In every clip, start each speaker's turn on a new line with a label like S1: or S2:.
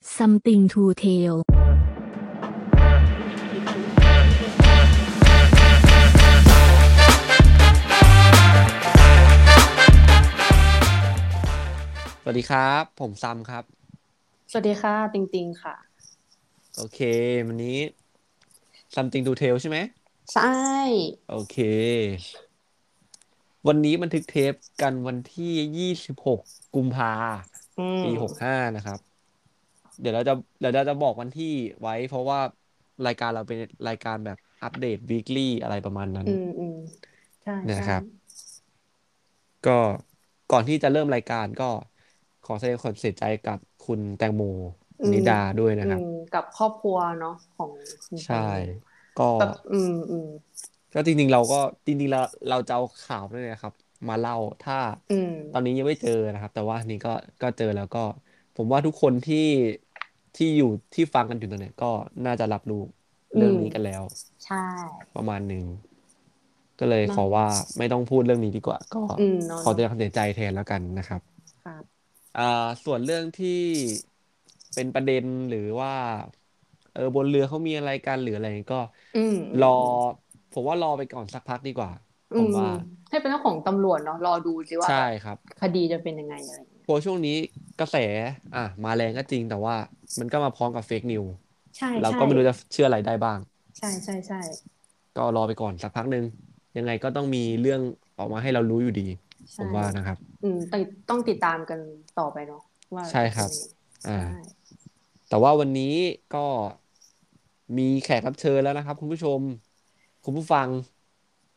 S1: something to tell
S2: สวัสดีครับ ผมซัมครับ
S3: สวัสดีค่ะ ติงติงค่ะ
S2: โอเค วันนี้ something to tell ใช่ไหม
S3: ใช่
S2: โอเค วันนี้บันทึกเทปกันวันที่ 26 กุมภาปี65 นะครับ เดี๋ยวเราจะเดี๋ยวเราจะบอกวันที่ไว้ เพราะว่ารายการเราเป็นรายการแบบอัปเดต weekly อะไรประมาณนั้น
S3: อืมอืมใช่
S2: นะ
S3: ใช่
S2: ครับ ก็ก่อนที่จะเริ่มรายการก็ขอแสดงความเสียใจกับคุณแตงโมนิดาด้วยนะครับ
S3: อืมกับครอบครัวเนาะของคุณ
S2: ใช่
S3: แตง
S2: ก็
S3: โมแบบอืมอืม
S2: ก็จริงๆเราก็จริงๆเราเราจะเอาข่าวด้วยนะครับ มาเล่าถ้า
S3: อืม
S2: ตอนนี้ยังไม่เจอนะครับ แต่ว่าอันนี้ก็ก็เจอแล้วก็ ผมว่าทุกคนที่ที่อยู่ที่ฟังกันอยู่ตอนเนี้ยก็น่าจะรับรู้เรื่องนี้กันแล้ว
S3: ใช่
S2: ประมาณหนึ่งก็เลย
S3: เนอะ
S2: ขอว่าไม่ต้องพูดเรื่องนี้ดีกว่า ก็
S3: อืมเนอะ
S2: ขอแสดงความเสียใจแทนแล้วกันนะครับ
S3: ครับ
S2: อ่าส่วนเรื่องที่เป็นประเด็นหรือว่า เออบนเรือเขามีอะไรกันหรืออะไรก็
S3: อืม
S2: รอ ผมว่ารอไปก่อนสักพักดีกว่า
S3: อื
S2: ผมว่า
S3: ให้เป็นเรื่องของตำรวจเนาะรอดูสิว่า
S2: ใช่ครับ
S3: คดีจะเป็นยังไงอะไรอย่างเงี้ย
S2: เพราะช่วงนี้กระแส อ่ะ มาแรงก็จริงแต่ว่า มันก็มาพร้อมกับเฟกนิว
S3: ใช่
S2: เราก็ไม่รู้จะเชื่ออะไรได้บ้าง
S3: ใช่ใช่ใช่
S2: ก็รอไปก่อนสักพักหนึ่งยังไงก็ต้องมีเรื่องออกมาให้เรารู้อยู่ดี ผมว่านะครับ
S3: อืมต้องต้องติดตามกันต่อไปเนาะว่า
S2: ใช่ครับ
S3: จะ
S2: อ่า
S3: เป็นยังไงใช่
S2: แต่ว่าวันนี้ก็มีแขกรับเชิญแล้วนะครับ คุณผู้ชม คุณผู้ฟัง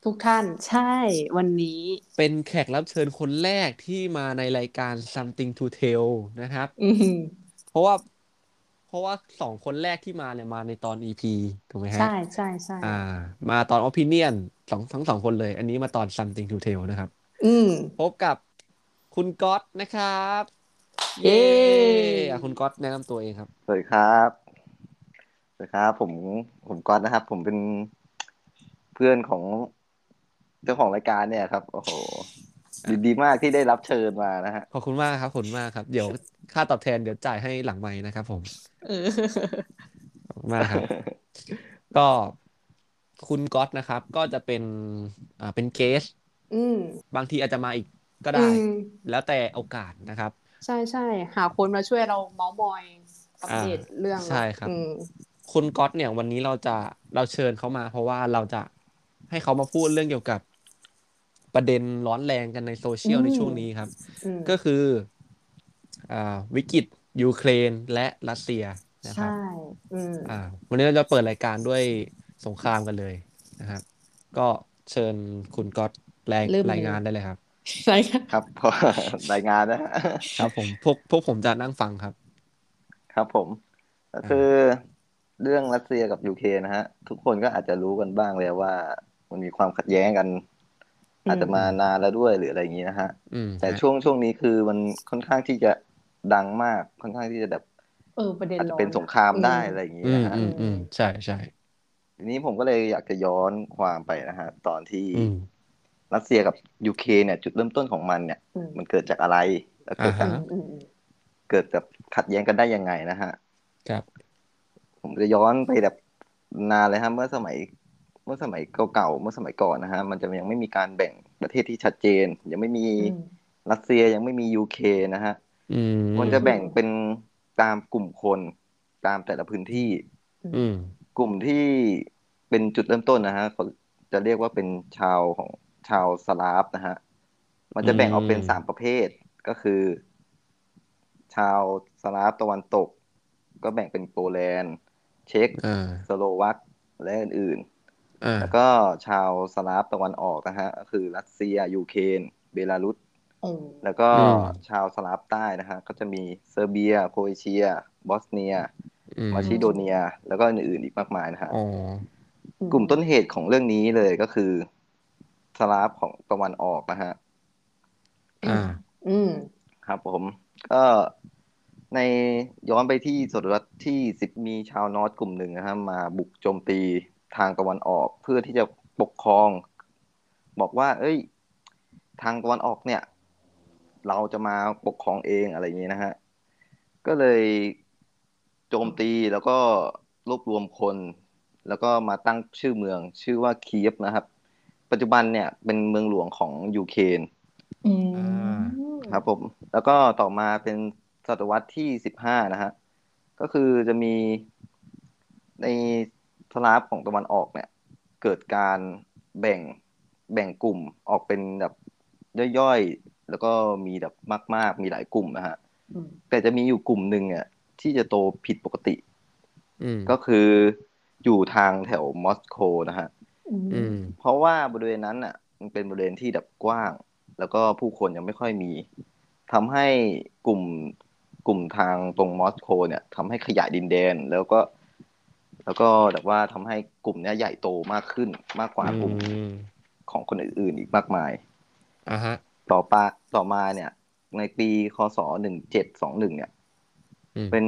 S3: ทุกท่านใช่วันนี้
S2: เป็นแขกรับเชิญคนแรกที่มาในรายการ something to tell นะครับ
S3: อืม
S2: เพราะว่า เพราะว่าสองคนแรกที่มาเนี่ยมาในตอน EP ถูกไหมฮะ
S3: ใช่ใช่ใช่
S2: อ่า มาตอน Opinion สองทั้งสองคนเลย อันนี้มาตอน Something to Tell นะครับ
S3: อืม
S2: พบกับคุณก๊อตนะครับ
S3: เย้
S2: อ่ะคุณก๊อตแนะนำตัวเองครับ
S4: สวัสดีครับสวัสดีครับ ผม ผมก๊อตนะครับ ผมเป็นเพื่อนของเจ้าของรายการเนี่ยครับ โอ้โหดีดีมากที่ได้รับเชิญมานะฮะ
S2: ขอบคุณมากครับขอบคุณมากครับ เดี๋ยวค่าตอบแทนเดี๋ยวจ่ายให้หลังไม้นะครับผม
S3: เออ
S2: ขอบคุณมากครับ ก็คุณก๊อตนะครับ ก็จะเป็นอ่าเป็นเกส
S3: อืม
S2: บางทีอาจจะมาอีกก็ได้
S3: อืม
S2: แล้วแต่โอกาสนะครับ
S3: ใช่ใช่ หาคนมาช่วยเราเมาส์มอยอัปเดตเรื่องเนอะ
S2: ใช่ครับ
S3: อืม
S2: คุณก๊อตเนี่ยวันนี้เราจะเราเชิญเขามา เพราะว่าเราจะให้เขามาพูดเรื่องเกี่ยวกับประเด็นร้อนแรงกันในโซเชียล
S3: อืม
S2: ในช่วงนี้ครับ
S3: อืม
S2: ก็คืออ่าวิกฤตยูเครนและรัสเซียนะครับ
S3: ใช่ อืม
S2: อ่าวันนี้เราจะเปิดรายการด้วยสงครามกันเลยนะครับ ก็เชิญคุณก๊อตรายรายงานได้เลยครับ
S3: ใช่ค่ะ
S4: ครับ พอ รายงานนะฮะ
S2: ครับผมพวกพวกผมจะนั่งฟังครับ
S4: ครับผม ก็คือเรื่องรัสเซียกับยูเครนนะฮะ ทุกคนก็อาจจะรู้กันบ้างแล้วว่า มันมีความขัดแย้งกัน
S3: อืม
S4: อาจจะมานานแล้วด้วยหรืออะไรอย่างนี้นะฮะ
S2: อืม
S4: แต่ช่วงช่วงนี้คือมันค่อนข้างที่จะดังมาก ค่อนข้างที่จะแบบ
S3: เออ ประเด็น
S4: อาจจะ
S3: ร้อน
S4: เป็นสงครามได้
S3: อื
S4: อะไรอย่างนี้
S2: อืม
S4: นะฮะ
S2: อืมอืมใช่ใช่
S4: ทีนี้ผมก็เลยอยากจะย้อนความไปนะฮะ ตอนที่
S2: อืม
S4: รัสเซียกับยูเคเนี่ย จุดเริ่มต้นของมันเนี่ย
S3: อืม
S4: มันเกิดจากอะไรแล้วเกิดจาก
S2: อ่าฮะ
S3: อืมอืม
S4: เกิดจากขัดแย้งกันได้ยังไงนะฮะ
S2: ครับ
S4: ผมจะย้อนไปแบบนานเลยฮะเมื่อสมัย เมื่อสมัยเก่าๆเมื่อสมัยก่อนนะฮะ มันจะยังไม่มีการแบ่งประเทศที่ชัดเจน ยังไม่มี
S3: อืม
S4: รัสเซียยังไม่มียูเคนะฮะ
S2: อืม
S4: มันจะแบ่งเป็นตามกลุ่มคนตามแต่ละพื้นที่
S2: อืม
S4: กลุ่มที่เป็นจุดเริ่มต้นนะฮะเขาจะเรียกว่าเป็นชาวของชาวสลาฟนะฮะ มันจะแบ่งออกเป็น
S2: อืม
S4: สามประเภทก็คือ ชาวสลาฟตะวันตก ก็แบ่งเป็นโปแลนด์ เช็ก
S2: อ่า
S4: สโลวักและอื่น
S2: อ่า
S4: ๆ แล้วก็ชาวสลาฟตะวันออกนะฮะก็คือรัสเซียยูเครนเบลารุส
S3: อืม
S4: แล้วก็
S2: อืม
S4: ชาวสลาฟใต้นะฮะก็จะมีเซอร์เบีย โครเอเชีย บอสเนีย
S2: อืม
S4: มาซิโดเนีย แล้วก็อื่นๆอีกมากมายนะฮะ
S2: อ๋อ
S3: อื
S4: กลุ่มต้นเหตุของเรื่องนี้เลยก็คือสลาฟของตะวันออกนะฮะ
S2: อ่า
S3: อืม
S4: ครับผมก็ในย้อนไปที่ศตวรรษที่สิบมีชาวนอร์ดกลุ่มหนึ่งนะฮะมาบุกโจมตีทางตะวันออก เพื่อที่จะปกครอง บอกว่า เอ้ย ทางตะวันออกเนี่ย เราจะมาปกครองเองอะไรอย่างนี้นะฮะก็เลย โจมตีแล้วก็รวบรวมคน แล้วก็มาตั้งชื่อเมือง ชื่อว่าเคียฟนะครับ ปัจจุบันเนี่ยเป็นเมืองหลวงของยูเครน
S3: อืม
S2: อ่า
S4: ครับผมแล้วก็ต่อมาเป็นศตวรรษที่สิบห้านะฮะก็คือจะมีในสลาฟของตะวันออกเนี่ย เกิดการแบ่งแบ่งกลุ่มออกเป็นแบบย่อยๆ แล้วก็มีแบบมาก ๆ มีหลายกลุ่มนะฮะ
S3: อืม
S4: แต่จะมีอยู่กลุ่มหนึ่งอ่ะที่จะโตผิดปกติ
S2: อืม
S4: ก็คืออยู่ทางแถวมอสโกนะฮะ
S3: อืม
S2: อืม
S4: เพราะว่าบริเวณนั้นน่ะ มันเป็นบริเวณที่แบบกว้าง แล้วก็ผู้คนยังไม่ค่อยมีทำให้กลุ่มกลุ่มทางตรงมอสโกเนี่ยทำให้ขยายดินแดน แล้วก็ แล้วก็แบบว่าทำให้กลุ่มเนี้ยใหญ่โตมากขึ้นมากกว่ากลุ่ม
S2: อืม
S4: ของคนอื่นๆอีกมากมาย
S2: อ่ะฮะ
S4: ต่อปาต่อมาเนี่ย ในปีคศหนึ่งเจ็ดสองหนึ่งเนี่ย
S2: อืม
S4: เป็น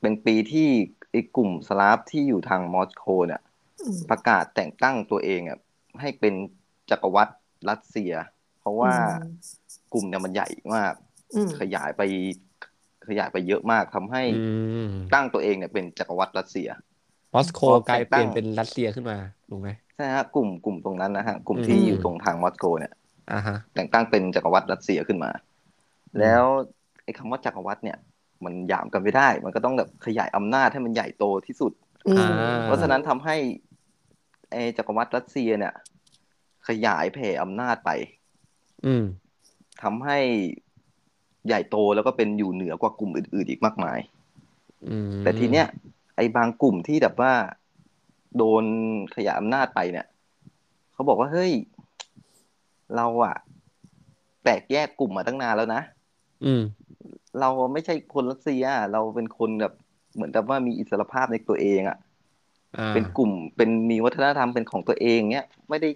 S4: เป็นปีที่ไอ้กลุ่มสลาฟที่อยู่ทางมอสโกเนี่ย
S3: อืม
S4: ประกาศแต่งตั้งตัวเองอะให้เป็นจักรวรรดิรัสเซีย เพราะว่า
S3: อืม
S4: กลุ่มเนี่ยมันใหญ่มาก
S3: อืม
S4: ขยายไปขยายไปเยอะมากทำให้
S2: อืม
S4: ตั้งตัวเองเนี่ยเป็นจักรวรรดิรัสเซีย
S2: มอสโก
S4: พอแต่ง
S2: กลายเปลี่ยน
S4: ตั้ง
S2: เป็นรัสเซียขึ้นมาถูกไหม
S4: ใช่ฮะกลุ่มกลุ่มตรงนั้นนะฮะกลุ่ม
S2: อืม
S4: ที่อยู่ตรงทางมอสโกเนี่ย
S2: อ่ะฮะ
S4: แต่งตั้งเป็นจักรวรรดิรัสเซียขึ้นมา แล้วไอ้คำว่าจักรวรรดิเนี่ย มันหยามกันไม่ได้ มันก็ต้องแบบขยายอำนาจให้มันใหญ่โตที่สุด
S3: อืม
S2: อ่า
S4: เพราะฉะนั้นทำให้ไอ้จักรวรรดิรัสเซียเนี่ย ขยายแผ่อำนาจไป
S2: อืม
S4: ทำให้ใหญ่โตแล้วก็เป็นอยู่เหนือกว่ากลุ่มอื่น ๆ อีกมากมาย
S2: อืม
S4: แต่ทีเนี้ยไอ้บางกลุ่มที่แบบว่า โดนขยายอำนาจไปเนี่ยเขาบอกว่าเฮ้ย เราอะแตกแยกกลุ่มมาตั้งนานแล้วนะ
S2: อืม
S4: เราไม่ใช่คนรัสเซีย เราเป็นคนแบบเหมือนกับว่ามีอิสรภาพในตัวเองอะ
S2: อ่า
S4: เป็นกลุ่มเป็นมีวัฒนธรรมเป็นของตัวเองเนี้ยไม่ได้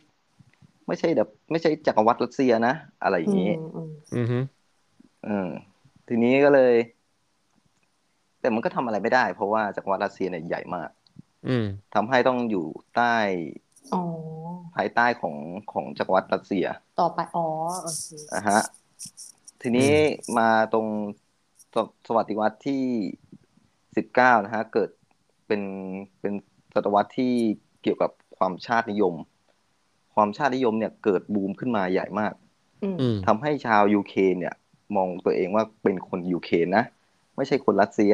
S4: ไม่ใช่แบบ ไม่ใช่จักรวรรดิรัสเซียนะอะไรอย่างนี้
S3: อืมอืม
S2: อือฮึ
S4: เออทีนี้ก็เลย แต่มันก็ทำอะไรไม่ได้ เพราะว่าจักรวรรดิรัสเซียเนี่ยใหญ่มาก
S2: อืม
S4: ทำให้ต้องอยู่ใต้
S3: อ๋อ
S4: ภายใต้ของของจักรวรรดิรัสเซีย
S3: ต่อไป อ๋อ โอเค
S4: นะฮะ ทีนี้มาตรงสสวัสดิวัตที่สิบเก้านะฮะ เกิดเป็นเป็นศตวรรษที่เกี่ยวกับความชาตินิยม ความชาตินิยมเนี่ยเกิดบูมขึ้นมาใหญ่มาก
S3: อืม
S2: อืม
S4: ทำให้ชาวยูเครนเนี่ย มองตัวเองว่าเป็นคนยูเครนนะ ไม่ใช่คนรัสเซีย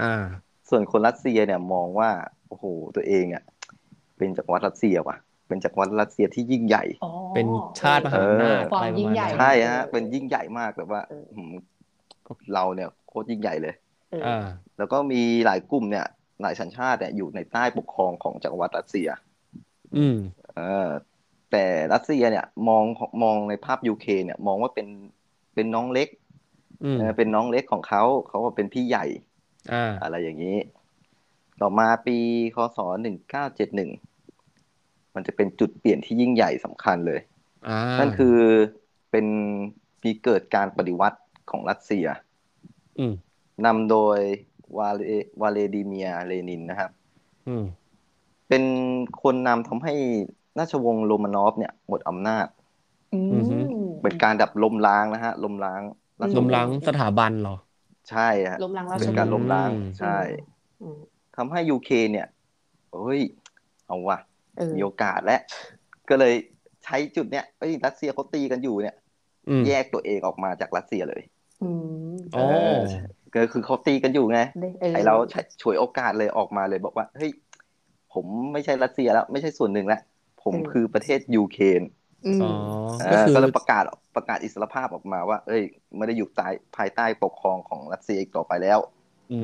S2: อ่า
S4: ส่วนคนรัสเซียเนี่ยมองว่าโอ้โหตัวเองอ่ะเป็นจักรวรรดิรัสเซียว่ะ เป็นจักรวรรดิรัสเซียที่ยิ่งใหญ่
S3: อ๋อ
S2: เป็นชาติมหาอำนาจ
S3: เอ
S2: อะ
S3: อ
S2: ไรประมาณ
S3: ความยิ่งใหญ่
S2: นั้น
S4: ใช่ฮะเป็นยิ่งใหญ่มากแบบว่า
S3: เออ
S4: หืมเราเนี่ยโคตรยิ่งใหญ่เลย
S3: เออ
S2: อ่า
S4: แล้วก็มีหลายกลุ่มเนี่ยหลายสัญชาติเนี่ยอยู่ในใต้ปกครองของจักรวรรดิรัสเซีย
S2: อืม
S4: เออแต่รัสเซียเนี่ยมองมองในภาพยูเครนเนี่ยมองว่าเป็นเป็นน้องเล็ก
S2: อืม
S4: เออเป็นน้องเล็กของเขาเขาว่าเป็นพี่ใหญ่
S2: อ่า
S4: อะไรอย่างนี้ ต่อมาปีคศ1971 มันจะเป็นจุดเปลี่ยนที่ยิ่งใหญ่สำคัญเลย
S2: อ่า
S4: นั่
S2: นั่
S4: นคือเป็นมีเกิดการปฏิวัติของรัสเซีย
S2: อืม
S4: นำโดยวาเลวาเลดิเมียร์เลนินนะครับ
S2: อืม
S4: เป็นคนนำทำให้ราชวงศ์โรมานอฟเนี่ยหมดอำนาจ
S3: อืม
S2: อือฮึ
S4: เป็นการดับล้มล้างนะฮะล้มล้างรชว
S2: ล้
S4: งศ์
S2: มล้างสถาบันเหรอ
S4: ใช่ฮะ
S3: ล้มล้างราช
S4: เป็น
S3: วงศ์
S4: การล้มล้าง
S2: อืม
S4: ใช่
S3: อืม
S4: ทำให้ยูเคเนี่ยเฮ้ย เอาว่ะ
S3: เออ
S4: มีโอกาสและก็เลยใช้จุดเนี้ยเอ้ยรัสเซียเขาตีกันอยู่เนี่ย
S2: อืม
S4: แยกตัวเองออกมาจากรัสเซียเลย
S3: อืม
S2: โอ้
S4: เก็คือเขาตีกันอยู่ไง
S3: ได้เออ
S4: ไอเราใช้ฉวยโอกาสเลยออกมาเลยบอกว่าเฮ้ยผมไม่ใช่รัสเซียแล้ว ไม่ใช่ส่วนหนึ่งแล้วผมคือประเทศยูเครน
S3: อืม
S2: อ๋อ
S4: เออ
S2: ก็คือ
S4: ก็เลยประกาศประกาศอิสรภาพออกมาว่า เอ้ย ไม่ได้อยู่ใต้ภายใต้ปกครองของรัสเซียอีกต่อไปแล้ว
S2: อื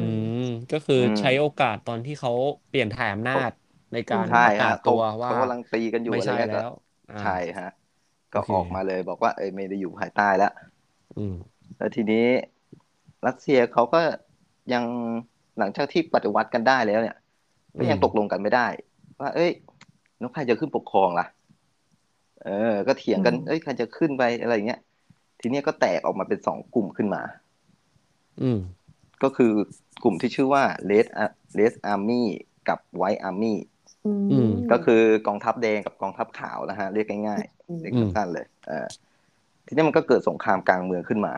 S2: ม ก็คืออ
S4: ม
S2: ใช้โอกาสตอนที่เขาเปลี่ยนถ่ายอำนาจในการ
S4: ใช่
S2: ประกา
S4: ฮะ
S2: ศ
S4: เขา
S2: ตัวว่า
S4: เขากำลังตีกันอยู่
S2: ไม่
S4: อะไร
S2: ใช่
S4: เงี้ยก็
S2: แล้วอ่า
S4: ใช่ฮะ ก็
S2: โอเค
S4: ออกมาเลยบอกว่าเอ้ยไม่ได้อยู่ภายใต้แล้ว
S2: อืม
S4: แล้วทีนี้รัสเซียเขาก็ยังหลังจากที่ปฏิวัติกันได้แล้วเนี่ย ก็ยัง
S2: อืม
S4: ตกลงกันไม่ได้ ว่า เอ้ยแล้วใครจะขึ้นปกครองล่ะ เออ ก็เถียงกัน เอ้ยใครจะขึ้นไปอะไรอย่างเงี้ยทีเนี้ยก็แตกออกมาเป็นสองกลุ่มขึ้นมา
S2: อืม
S4: ก็คือกลุ่มที่ชื่อว่าเลสเลสอาร์มี่กับไวท์อาร์มี่
S3: อืม
S2: อืม
S4: ก็คือกองทัพแดงกับกองทัพขาวนะฮะเรียกง่ายๆ
S3: ม
S4: เรียกสั้นๆเลยเออทีนี้มันก็เกิดสงครามกลางเมืองขึ้นมา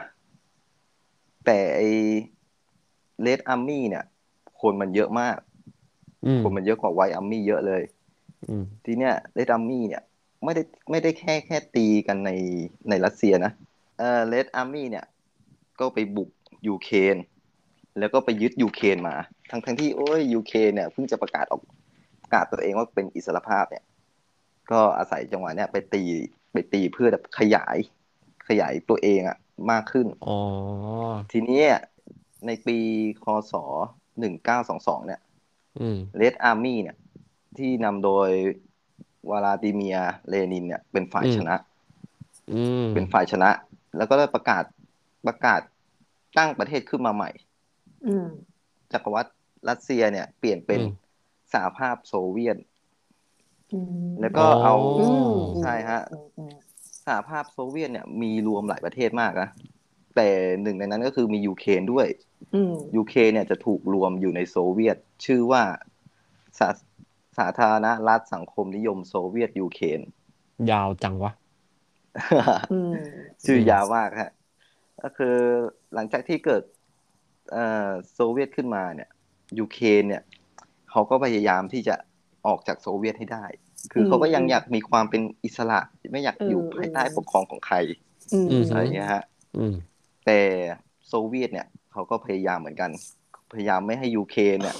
S4: แต่ไอเลดอาร์มี่เนี่ย คนมันเยอะมาก
S2: อืม
S4: คนมันเยอะกว่าไวท์อัมมี่เยอะเลย
S2: อืม
S4: ทีเนี้ยเลดอัมมี่เนี่ยไม่ได้ไม่ได้แค่แค่ตีกันในในรัสเซียนะเออเลดอัมมี่เนี่ย ก็ไปบุกยูเครนแล้วก็ไปยึดยูเครนมา ทั้งทั้งที่โอ้ยยูเครนเนี่ยเพิ่งจะประกาศออกประกาศตัวเองว่าเป็นอิสรภาพเนี่ย ก็อาศัยจังหวะเนี่ยไปตีไปตีเพื่อแบบขยายขยายตัวเองอะมากขึ้น
S2: อ๋อ
S4: ทีเนี้ยในปีคศ1922เนี่ย
S2: อืม
S4: เ e ดอาร์มี่เนี่ย ที่นำโดยวลาดิเมียร์เลนินเนี่ย เป็นฝ่ายชนะ
S2: อืม
S4: เป็นฝ่ายชนะ แล้วก็ได้ประกาศประกาศตั้งประเทศขึ้นมาใหม่
S3: อืม
S4: จักรวรรดิรัสเซียเนี่ย เปลี่ยนเป็นสหภาพโซเวียต
S3: อืม
S4: แล้วก็เอา
S2: อ๋อ
S4: ใช่ฮะ
S3: อืมอืม
S4: สหภาพโซเวียตเนี่ยมีรวมหลายประเทศมากนะแต่หนึ่งในนั้นก็คือมียูเครนด้วย
S3: อืม
S4: ยูเครนเนี่ยจะถูกรวมอยู่ในโซเวียต ชื่อว่าสาสาธารณรัฐสังคมนิยมโซเวียตยูเครน
S2: ยาวจังวะ
S3: อืม
S4: ชื่อยาวมากฮะ ก็คือหลังจากที่เกิดเอ่อโซเวียตขึ้นมาเนี่ยยูเครนเนี่ยเขาก็พยายามที่จะออกจากโซเวียตให้ได้ คือเขาก็ยังอยากมีความเป็นอิสระ ไม่อยากอยู่ภายใต้ปกครองของใคร
S3: อืม
S2: อืม
S4: อะไรอย่างเงี้ยฮะ
S2: อืม
S4: แต่โซเวียตเนี่ยเขาก็พยายามเหมือนกัน พยายามไม่ให้ยูเครนเนี่ย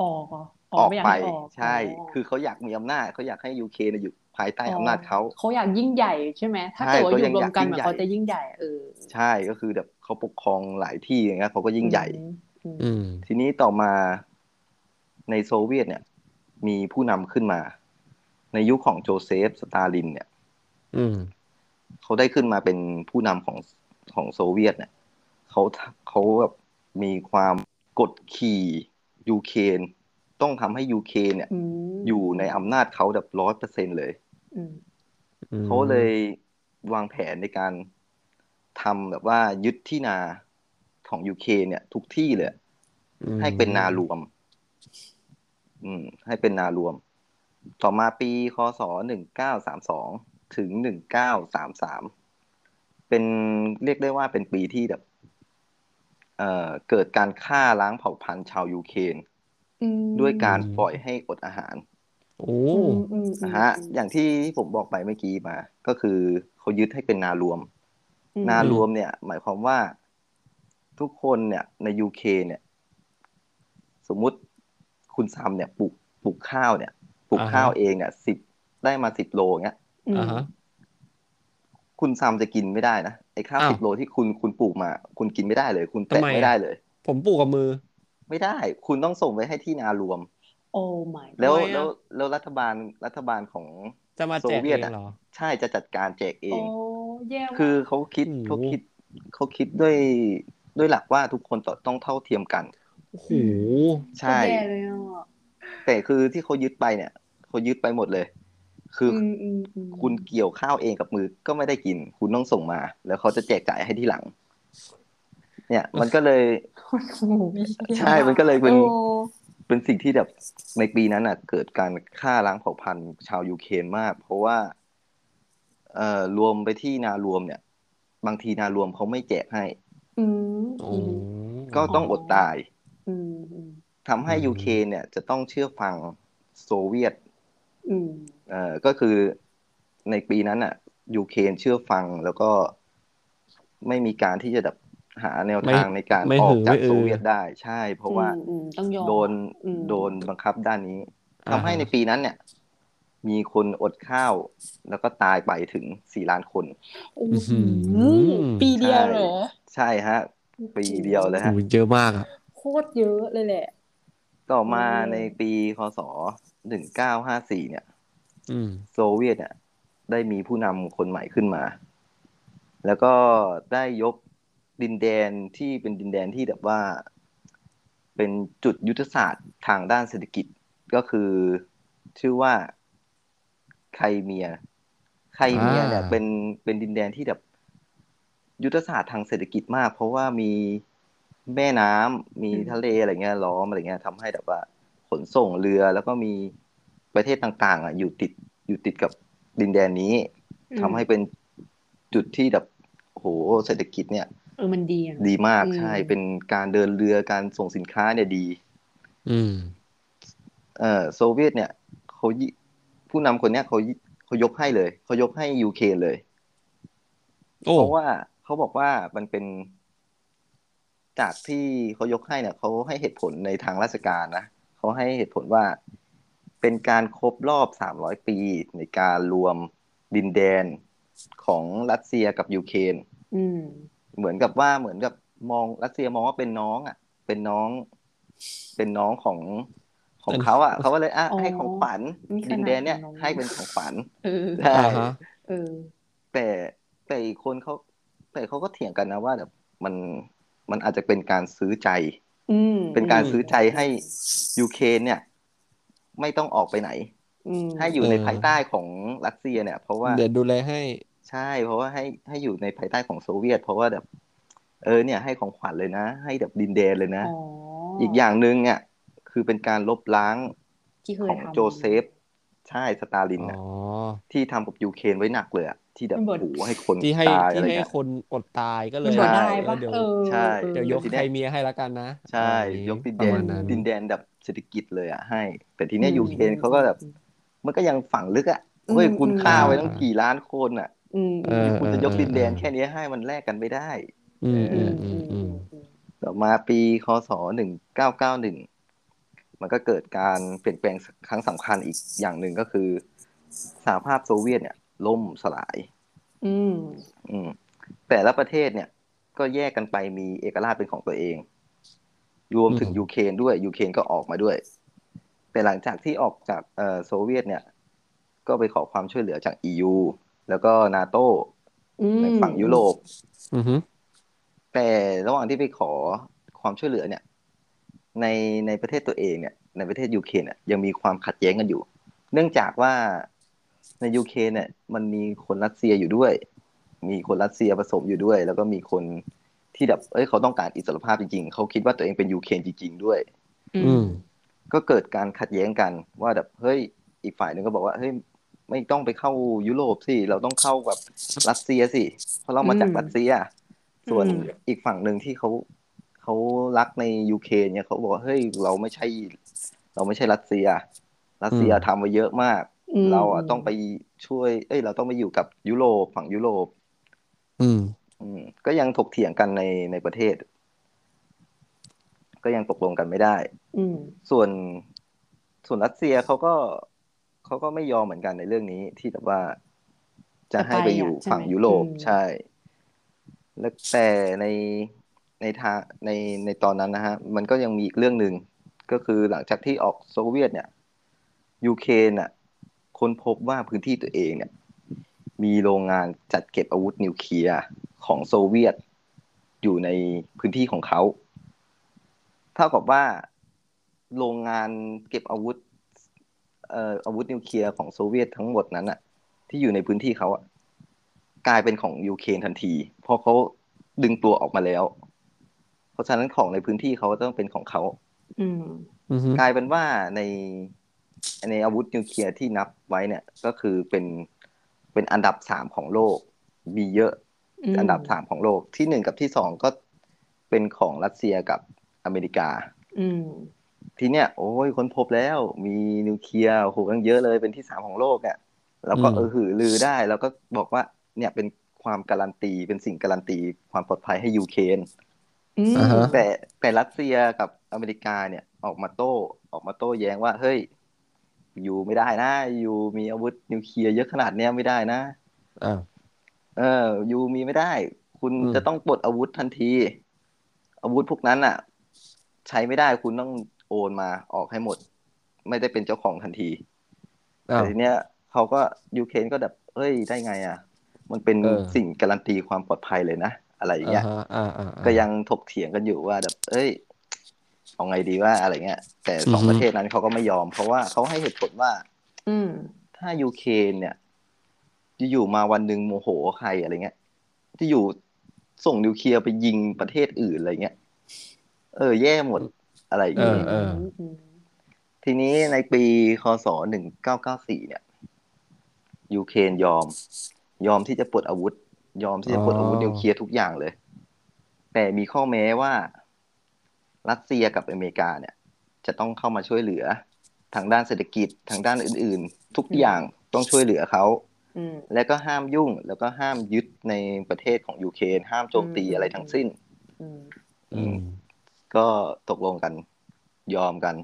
S3: ออกเหร
S4: ออก
S3: ม่ยา
S4: ไป
S3: ให้ออก
S4: ใช่ คือเขาอยากมีอำนาจเขาอยากให้ยูเครนอยู่ภายใต้อำนาจเขา
S3: เขาอยากยิ่งใหญ่ใช่ไหมถ้า
S4: ใช่
S3: เกิดว่าอ
S4: เขายั
S3: ยู่ร
S4: ง
S3: วย
S4: อาม ก
S3: กัน
S4: ยิ่ง
S3: เหมือน
S4: ใหญ่
S3: เขาจะยิ่งใหญ่เออ
S4: ใช่ก็คือแบบเขาปกครองหลายที่อย่างเงี้ยเขาก็ยิ่งใหญ่
S3: อืม
S2: อืม
S4: ทีนี้ต่อมาในโซเวียตเนี่ย มีผู้นำขึ้นมา ในยุคของโจเซฟสตาลินเนี่ย
S2: อืม
S4: เขาได้ขึ้นมาเป็นผู้นำของของโซเวียตเนี่ยเขาเขาแบบมีความกดขี่ยูเครนต้องทำให้ยูเครนเนี่ย
S3: อืม
S4: อยู่ในอำนาจเขาแบบร้อยเปอร์เซ็นเลย
S3: อืม
S4: เขาเลยวางแผนในการทำแบบว่ายึดที่นาของยูเครนเนี่ย ทุกที่เลย
S2: อืม
S4: ให้เป็นนารวม อืม ให้เป็นนารวม ต่อมาปีคศหนึ่งเก้าสามสองถึงหนึ่งเก้าสามสามเป็นเรียกได้ว่าเป็นปีที่แบบ เอ่อเกิดการฆ่าล้างเผ่าพันธุ์ชาวยูเครน
S3: อืม
S4: ด้วยการ
S2: อืม
S4: ปล่อยให้อดอาหาร
S2: โอ้
S3: อืมอืม
S4: นะฮะอย่างที่ผมบอกไปเมื่อกี้มา ก็คือเขายึดให้เป็นนารวม
S3: อืม
S4: นารวมเนี่ย หมายความว่าทุกคนเนี่ย ในยูเคเนี่ย สมมุติคุณซัมเนี่ยปลูกปลูกข้าวเนี่ยปลูก
S2: อ่าฮะ
S4: ข้าวเองเนี่ยสิบได้มาสิบโลเงี้ย
S3: อืม
S2: อ่าฮะ
S4: คุณซัมจะกินไม่ได้นะไอ้ข้าว
S2: อ้าว
S4: สิบโลที่คุณคุณปลูกมา คุณกินไม่ได้เลย คุณ
S2: ทำ
S4: แตะ
S2: ไมอะ
S4: ไม่ได้เลย
S2: ผมปลูกกับมือ
S4: ไม่ได้ คุณต้องส่งไปให้ที่นารวม
S3: โอ้ my
S4: แล้ว
S2: ทำไมอะ
S4: แล้วแล้วรัฐบาลรัฐบาลของ
S2: จะมาแจก
S4: โซเวี
S2: เอยง
S4: ตอะ
S2: เหรอ
S4: ใช่จะจัดการแจกเอ
S3: โอ้
S4: ง
S3: แย่มาก
S4: คือเขาคิด
S2: โอ้โห
S4: เขาคิดเขาคิดด้วยด้วยหลักว่าทุกคนต้องเท่าเทียมกัน
S2: โอ้โห
S4: ใช่
S3: โคตรแย่เลยอ่ะ
S4: แต่คือที่เขายึดไปเนี่ยเขายึดไปหมดเลย คืออ
S3: มอืมอืม
S4: คุณเกี่ยวข้าวเองกับมือก็ไม่ได้กิน คุณต้องส่งมา แล้วเขาจะแจกจ่ายให้ที่หลัง เนี่ย มันก็เลย
S3: โอ้โห
S4: ใช่มันก็เลยเป็น
S3: โอ้
S4: เป็นสิ่งที่แบบในปีนั้นอ่ะ เกิดการฆ่าล้างเผ่าพันธุ์ชาวยูเครนมาก เพราะว่าเอ่อรวมไปที่นารวมเนี่ย บางทีนารวมเขาไม่แจกให้
S3: อืม
S2: โอ้
S3: อืม
S4: ก็ต้องอดตาย
S3: อืมอืม
S4: ทำให้ยูเครนเนี่ยจะต้องเชื่อฟังโซเวียต
S3: อืม
S4: เอ่อ ก็คือในปีนั้นอ่ะยูเครนเชื่อฟังแล้วก็ไม่มีการที่จะแบบหาแนวทางในการ
S2: ไม่
S4: ออ
S2: หื
S4: ก
S2: อ
S4: จาก
S2: ไม่อือ
S4: โซเวียตได้ ใช่ เพราะว่า
S3: อืมอืมต้องยอม
S4: โดน
S3: อืม
S4: โดนบังคับด้านนี้
S2: อ่า
S4: ทำให้ในปีนั้นเนี่ย มีคนอดข้าว แล้วก็ตายไปถึงสี่ล้านคน
S3: โอ้โห
S2: อื้อหือ
S3: ปีเดียวเหรอ
S4: ใช่ฮะ ปีเดียวเลย
S2: โอ้
S4: ฮะ
S2: โหเยอะมากอ่ะ
S3: โคตรเยอะเลยแหละ
S4: ต่อมา
S3: อืม
S4: ในปีคศหนึ่งเก้าห้าสี่เนี่ย
S2: อืม
S4: โซเวียตเนี่ยได้มีผู้นำคนใหม่ขึ้นมา แล้วก็ได้ยกดินแดนที่เป็นดินแดนที่แบบว่า เป็นจุดยุทธศาสตร์ทางด้านเศรษฐกิจก็คือชื่อว่าไครเมีย ไครเมียเนี่ย
S2: อ่า
S4: เป็นเป็นดินแดนที่แบบยุทธศาสตร์ทางเศรษฐกิจมาก เพราะว่ามีแม่น้ำมีทะเลอะไรเงี้ยล้อมอะไรเงี้ยทำให้แบบว่าขนส่งเรือแล้วก็มีประเทศต่างๆอ่ะอยู่ติดอยู่ติดกับดินแดนนี้ทำให้เป็นจุดที่แบบโหเศรษฐกิจเนี่ย
S3: เออมันดีอ่ะ
S4: ดีมาก
S3: อืม
S4: ใช่เป็นการเดินเรือการส่งสินค้าเนี่ยดี
S2: อืม
S4: เอ่อโซเวียตเนี่ยเขายิผู้นำคนเนี้ยเขายิเขายกให้เลยเขายกให้ยูเครนเลย
S2: โอ้
S4: เพราะว่าเขาบอกว่ามันเป็น จากที่เขายกให้เนี่ยเขาให้เหตุผลในทางราชการนะเขาให้เหตุผลว่าเป็นการครบรอบ 300 ปีในการรวมดินแดนของรัสเซียกับยูเครน
S3: อืม
S4: เหมือนกับว่าเหมือนกับมองรัสเซียมองว่าเป็นน้องอ่ะ เป็นน้อง เป็นน้องของของเขาอ่ะเขาก็เลยอ่ะ
S3: อ๋อ
S4: ให้ของขวัญ
S3: นี่ขนาด
S4: ดินแดนเนี่ย
S3: น้อง
S4: ให้เป็นของขวัญ
S3: เออ
S4: ใช่
S2: อ่าฮะ
S3: เออ
S4: แต่แต่อีกคนเขาแต่เขาก็เถียงกันนะว่าแบบมันมันอาจจะเป็นการซื้อใจ
S3: อืม
S4: เป็นการซื้อใจให้ยูเครนเนี่ย ไม่ต้องออกไปไหน
S3: อืม
S4: ให้อยู่ใน
S2: เออ
S4: ภายใต้ของรัสเซียเนี่ย เพราะว่า
S2: เดี๋ยวดูแลให้
S4: ใช่ เพราะว่าให้ให้อยู่ในภายใต้ของโซเวียต เพราะว่าแบบเออเนี่ย ให้ของขวัญเลยนะ ให้แบบดินแดนเลยนะ
S3: อ๋อ
S4: อีกอย่างหนึ่งเนี่ยคือเป็นการลบล้าง
S3: ที่เค
S4: ข
S3: ย
S4: อง
S3: ทำ
S4: โจเซฟ ใช่สตาลิน
S2: อ๋
S4: น่ะ
S2: อ
S4: ที่ทำกับยูเครนไว้หนักเลยอะที่แบบโอ้โหให้คน
S2: ที่ให้
S4: ตาย
S2: ที่
S4: อะไร
S2: ให้
S4: เงี้ย
S2: คนอดตายก็เล
S3: มัน
S2: ย
S3: บวชได้
S2: เอ
S3: ปะ
S2: อเดี๋ยว
S3: เออ
S4: ใช่
S3: ออ
S2: เดี๋ยวยกใครเมียให้ละกันนะ
S4: ใช่
S2: อะไรอางงี้
S4: ยกดิน
S2: ป
S4: แด
S2: ระมา
S4: น
S2: ณนั้น
S4: ดินแดนแบบเศรษฐกิจเลยอ่ะให้ แต่ทีเนี้ย
S3: อืม
S4: ยูเครนเขาก็แบบมันก็ยังฝังลึกอ่ะ
S3: อืม
S4: เว้ยคุณ
S3: อืม
S4: ฆ่าไว้
S2: อ่า
S4: ตั้งกี่ล้านคนอ่ะ
S3: อืม
S2: เอ
S3: อื
S2: อ
S3: ม
S4: คุณจะ
S2: เออย
S4: กดินแดน
S2: เออ
S4: แค่เนี้ยให้มันแลกกันไม่ได้
S2: อืม
S4: เอ
S2: อื
S4: อ
S2: มอืมอืม
S4: ต่อมาปีคศหนึ่งเก้าเก้าหนึ่งมันก็เกิดการเปลี่ยนแปลงครั้งสำคัญอีกอย่างหนึ่งก็คือสหภาพโซเวียตเนี่ย ล่มสลาย
S3: อืม
S4: อืมแต่ละประเทศเนี่ย ก็แยกกันไปมีเอกราชเป็นของตัวเอง รวมถึงยูเครนด้วยยูเครนก็ออกมาด้วย แต่หลังจากที่ออกจากเอ่อโซเวียตเนี่ย ก็ไปขอความช่วยเหลือจาก EU แล้วก็นาโต
S3: อืม
S4: ในฝั่งยุโรป
S2: อืมอืม
S4: แต่ระหว่างที่ไปขอความช่วยเหลือเนี่ย ในในประเทศตัวเองเนี่ย ในประเทศยูเครนเนี่ยยังมีความขัดแย้งกันอยู่ เนื่องจากว่าในยูเครนเนี่ย มันมีคนรัสเซียอยู่ด้วย มีคนรัสเซียผสมอยู่ด้วย แล้วก็มีคนที่แบบเอ้ยเขาต้องการอิสรภาพจริงๆเขาคิดว่าตัวเองเป็นยูเครนจริงๆด้วย
S2: อืม
S4: ก็เกิดการขัดแย้งกันว่าแบบเฮ้ยอีกฝ่ายหนึ่งก็บอกว่าเฮ้ยไม่ต้องไปเข้ายุโรปสิเราต้องเข้าแบบรัสเซียสิเพราะเรามาจากรัสเซีย ส่วนอีกฝั่งหนึ่งที่เขาเขารักในยูเครนเนี่ยเขาบอกว่าเฮ้ยเราไม่ใช่ เราไม่ใช่รัสเซีย รัสเซียทำมาเยอะมาก
S3: อืม
S4: เราอะต้องไปช่วย เอ้ย เราต้องไปอยู่กับยุโรปฝั่งยุโรป
S2: อืม
S4: อืมก็ยังถกเถียงกันในในประเทศ ก็ยังตกลงกันไม่ได้
S3: อืม
S4: ส่วนส่วนรัสเซียเขาก็เขาก็ไม่ยอมเหมือนกันในเรื่องนี้ที่แบบว่าจะให้ไปอยู่ฝั่งยุโรปใช่ แล้วแต่ในในทางในในตอนนั้นนะฮะ มันก็ยังมีอีกเรื่องหนึ่งก็คือหลังจากที่ออกโซเวียตเนี่ยยูเครนอ่ะค้นพบว่าพื้นที่ตัวเองเนี่ย มีโรงงานจัดเก็บอาวุธนิวเคลียร์ของโซเวียต อยู่ในพื้นที่ของเขา เท่ากับว่าโรงงานเก็บอาวุธเอ่ออาวุธนิวเคลียร์ของโซเวียตทั้งหมดนั้นอะที่อยู่ในพื้นที่เขาอะกลายเป็นของยูเครนทันที เพราะเขาดึงตัวออกมาแล้ว เพราะฉะนั้นของในพื้นที่เขาต้องเป็นของเขา
S3: อืม
S2: อืม
S4: กลายเป็นว่าในในอาวุธนิวเคลียร์ที่นับไว้เนี่ย ก็คือเป็นเป็นอันดับสามของโลก มีเยอะ
S3: ม
S4: อันดับสามของโลกที่หนึ่งกับที่สองก็เป็นของรัสเซียกับอเมริกา
S3: อืม
S4: ทีเนี้ยโอ้ยค้นพบแล้วมีนิวเคลียร์โอ้โหตั้งเยอะเลยเป็นที่สามของโลกอะ่ะแล้วก็เออหือลือได้ แล้วก็บอกว่าเนี่ยเป็นความการันตีเป็นสิ่งการันตีความปลอดภัยให้ยูเครน
S3: อืม
S2: อ่าฮะ
S4: แต่แต่รัสเซียกับอเมริกาเนี่ยออกมาโต้ออกมาโต้แย้งว่า เฮ้ย อยู่ไม่ได้นะอยู่มีอาวุธนิวเคลียร์เยอะขนาดเนี้ยไม่ได้นะ
S2: อ่า
S4: เอออยู่มีไม่ได้ คุณ
S2: อืม
S4: จะต้องปลดอาวุธทันที อาวุธพวกนั้นอ่ะ ใช้ไม่ได้คุณต้องโอนมาออกให้หมด ไม่ได้เป็นเจ้าของทันที
S2: อ้า
S4: แต่
S2: ว
S4: ทีเนี้ยเขาก็ยูเครนก็แบบเอ้ยได้ไงอ่ะ มันเป็น
S2: เออ
S4: สิ่งการันตีความปลอดภัยเลยนะอะไรอย่างเงี้
S2: อ่าย ฮะอ่าอ่าอ่า
S4: ก็ยังถกเถียงกันอยู่ว่าแบบ เอ้ย เอาไงดีว่าอะไรเงี้ย แต่สอง
S2: อือฮึ
S4: ประเทศนั้นเขาก็ไม่ยอม เพราะว่าเขาให้เหตุผลว่า
S3: อืม
S4: ถ้ายูเครนเนี่ยอยู่ๆมาวันหนึ่งโมโหใครอะไรเงี้ยจะอยู่ส่งนิวเคลียร์ไปยิงประเทศอื่นอะไรเงี้ย เออ แย่หมดอะไรอย่าง
S2: เอ
S4: งี้
S2: อเออ
S3: ม
S4: ทีนี้ในปีคศหนึ่งเก้าเก้าสี่เนี่ยยูเครนยอม ยอมที่จะปลดอาวุธ ยอมที่จะปลดอาวุธ
S2: อ๋อ
S4: นิวเคลียร์ทุกอย่างเลย แต่มีข้อแม้ว่า รัสเซียกับอเมริกาเนี่ย จะต้องเข้ามาช่วยเหลือ ทางด้านเศรษฐกิจทางด้านอื่น ๆ ทุกอย่างต้องช่วยเหลือเขา
S3: อืม
S4: และก็ห้ามยุ่ง แล้วก็ห้ามยึดในประเทศของยูเครนห้ามโจมตี
S3: อืม
S4: อะไรทั้งสิ้น
S3: อืม
S2: อืม
S4: ก็ตกลงกัน ยอมกัน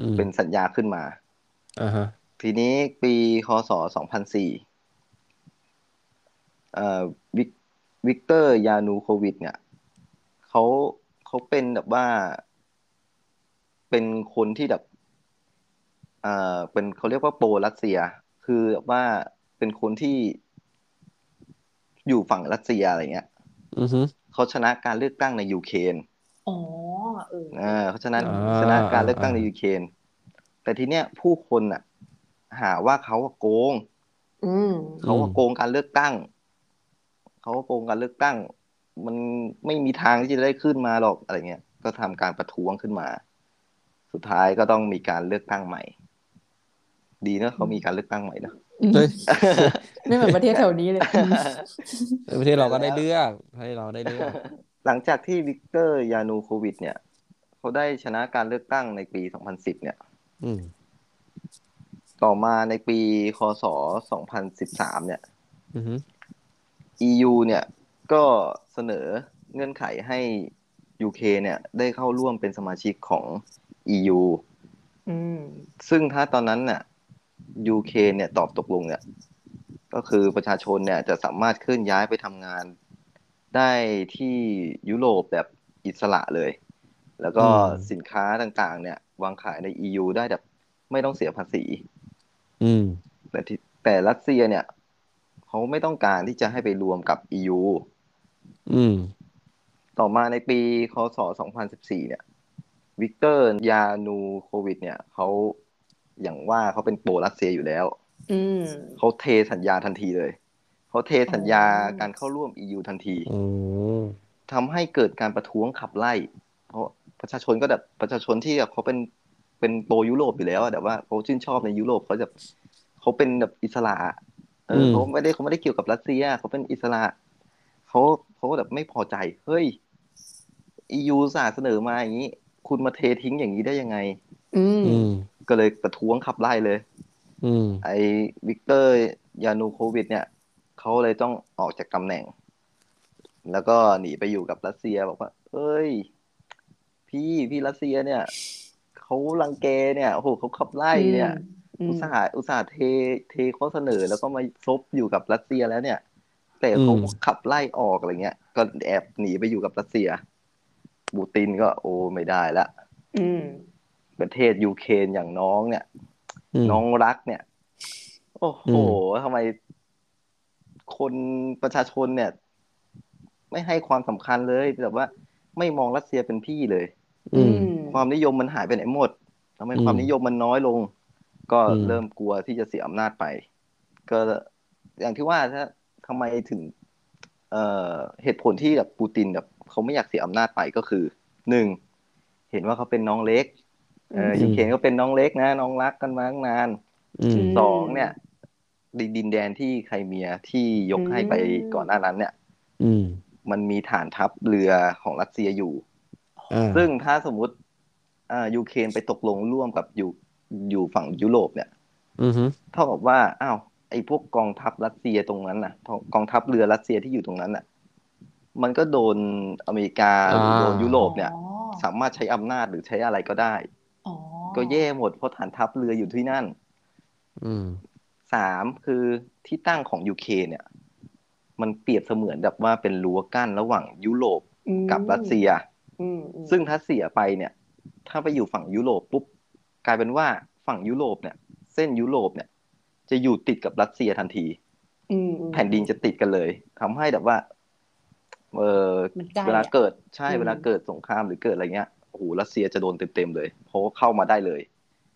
S2: อืม
S4: เป็นสัญญาขึ้นมา
S2: อ่าฮะ
S4: ทีนี้ปีคศ2004เอ่อวิกวิกเตอร์ยานูโควิด เนี่ยเขาเขาเป็นแบบว่า เป็นคนที่แบบเอ่อเป็นเขาเรียกว่าโปรรัสเซีย คือแบบว่าเป็นคนที่อยู่ฝั่งรัสเซียอะไรเงี้ย
S2: อือฮึ
S4: เขาชนะการเลือกตั้งในยูเครน
S3: อ๋อเออ
S4: เออเขาชนะ
S2: อ่า
S4: ชนะการเลือกตั้งใน
S2: อ่า
S4: ยูเครนแต่ทีเนี้ยผู้คนอ่ะ หาว่าเขาอะโกง
S3: อืม
S4: เขาว่าโกงการเลือกตั้งเขาว่าโกงการเลือกตั้ง มันไม่มีทางที่จะได้ขึ้นมาหรอกอะไรเงี้ยก็ทำการประท้วงขึ้นมา สุดท้ายก็ต้องมีการเลือกตั้งใหม่ ดีนะเขามีการเลือกตั้งใหม่นะ
S2: เฮ้ย
S3: ไม่เหมือนประเทศแถวนี้เลย
S2: ประเทศเราก็ได้เลือกประเทศเราได้เลือก
S4: หลังจากที่วิกเตอร์ยานูโควิด เนี่ยเขาได้ชนะการเลือกตั้งในปี 2010 เนี่ย
S2: อืม
S4: ต่อมาในปีคศ 2013 เนี่ย
S2: อือฮึ
S4: EU เนี่ยก็เสนอเงื่อนไขให้ UK เนี่ยได้เข้าร่วมเป็นสมาชิกของ EU
S3: อืม
S4: ซึ่งถ้าตอนนั้นน่ะ UK เนี่ยตอบตกลงเนี่ย ก็คือประชาชนเนี่ยจะสามารถเคลื่อนย้ายไปทำงานได้ที่ยุโรปแบบอิสระเลย แล้วก็
S2: อืม
S4: สินค้าต่างๆ เนี่ยวางขายใน EU ได้แบบไม่ต้องเสียภาษี
S2: อืม
S4: แต่ที่แต่รัสเซียเนี่ยเขาไม่ต้องการที่จะให้ไปรวมกับ EU
S2: อืม
S4: ต่อมาในปีคศ 2014 เนี่ย วิกเตอร์ยานูโควิด เนี่ย เขาอย่างว่าเขาเป็นโปรรัสเซียอยู่แล้ว
S3: อืม
S4: เขาเทสัญญาทันทีเลย เขาเทสัญญา
S3: อ๋อ
S4: การเข้าร่วม EU ทันที
S2: อืม
S4: ทำให้เกิดการประท้วงขับไล่เพราะประชาชนก็แบบประชาชนที่แบบเขาเป็นเป็นโปรยุโรปอยู่แล้วอะแต่ว่าเขาชื่นชอบในยุโรปเขาจะเขาเป็นแบบอิสระเออเขาไม่ได้เขาไม่ได้เกี่ยวกับรัสเซียเขาเป็นอิสระเขาเขาแบบไม่พอใจ เฮ้ยยูสาห์เสนอมาอย่างนี้ คุณมาเททิ้งอย่างนี้ได้ยังไง
S3: อืม
S2: อืม
S4: ก็เลยประท้วงขับไล่เลย
S2: อืม
S4: ไอ้วิกเตอร์ยานูโควิด เนี่ยเขาเลยต้องออกจากตำแหน่ง แล้วก็หนีไปอยู่กับรัสเซียบอกว่า เอ้ย พี่พี่รัสเซียเนี่ยเขารังแกเนี่ยโอ้โหเขาขับไล่เนี่ย
S3: อืม
S4: อุตสาห์อุตสาห์เทเทข้อเสนอ แล้วก็มาซบอยู่กับรัสเซียแล้วเนี่ย แต่เขาขับไล่ออกอะไรเงี้ย ก็แอบหนีไปอยู่กับรัสเซีย บูตินก็โอ้ไม่ได้ละ
S3: อืม
S4: ประเทศยูเครนอย่างน้องเนี่ย
S2: อืม
S4: น้องรักเนี่ย โอ้โห
S2: อื
S4: ทำไม คนประชาชนเนี่ย ไม่ให้ความสำคัญเลยแบบว่า ไม่มองรัสเซียเป็นพี่เลย
S2: อืม
S4: ความนิยมมันหายไปไหนหมดทำไม
S2: อืม
S4: ความนิยมมันน้อยลง ก็
S2: อืม
S4: เริ่มกลัวที่จะเสียอำนาจไป ก็อย่างที่ว่าถ้าทำไมถึง เอ่อเหตุผลที่แบบปูตินแบบเขาไม่อยากเสียอำนาจไปก็คือหนึ่งเห็นว่าเขาเป็นน้องเล็กเออยูเครนก็เป็นน้องเล็กนะ น้องรักกันมาตั้งนาน
S2: อืม
S4: สองเนี่ยดินดินแดนที่ไครเมียที่ยกให้ไป
S3: อืม
S4: ก่อนหน้านั้น เนี่ย
S2: อืม
S4: มันมีฐานทัพเรือของรัสเซียอยู่
S2: อ่า
S4: ซึ่งถ้าสมมุติอ่ายูเครนไปตกลงร่วมกับอยู่อยู่ฝั่งยุโรปเนี่ย
S2: อือฮึ
S4: เท่ากับว่าอ้าวไอ้พวกกองทัพรัสเซียตรงนั้นน่ะกองทัพเรือรัสเซียที่อยู่ตรงนั้นน่ะ มันก็โดนอเมริกาหรืออา โดนยุโรปเนี่ย สามารถใช้อำนาจหรือใช้อะไรก็ได้
S3: อ๋อ
S4: ก็แย่หมดเพราะฐานทัพเรืออยู่ที่นั่น
S2: อืม
S4: สามคือที่ตั้งของยูเคเนี่ย มันเปรียบเสมือนแบบว่าเป็นรั้วกั้นระหว่างยุโรป
S3: อืม
S4: กับรัสเซีย
S3: อืมอืม
S4: ซึ่งถ้าเสียไปเนี่ย ถ้าไปอยู่ฝั่งยุโรปปุ๊บกลายเป็นว่าฝั่งยุโรปเนี่ย เส้นยุโรปเนี่ย จะอยู่ติดกับรัสเซียทันที
S3: อืมอืม
S4: แผ่นดินจะติดกันเลยทำให้แบบว่าเออ
S3: มันใกล้อะ
S4: เวลาเกิดใช่
S3: อืม
S4: เวลาเกิดสงครามหรือเกิดอะไรเงี้ยโอ้โหรัสเซียจะโดนเต็มๆเลยเพราะว่าเข้ามาได้เลย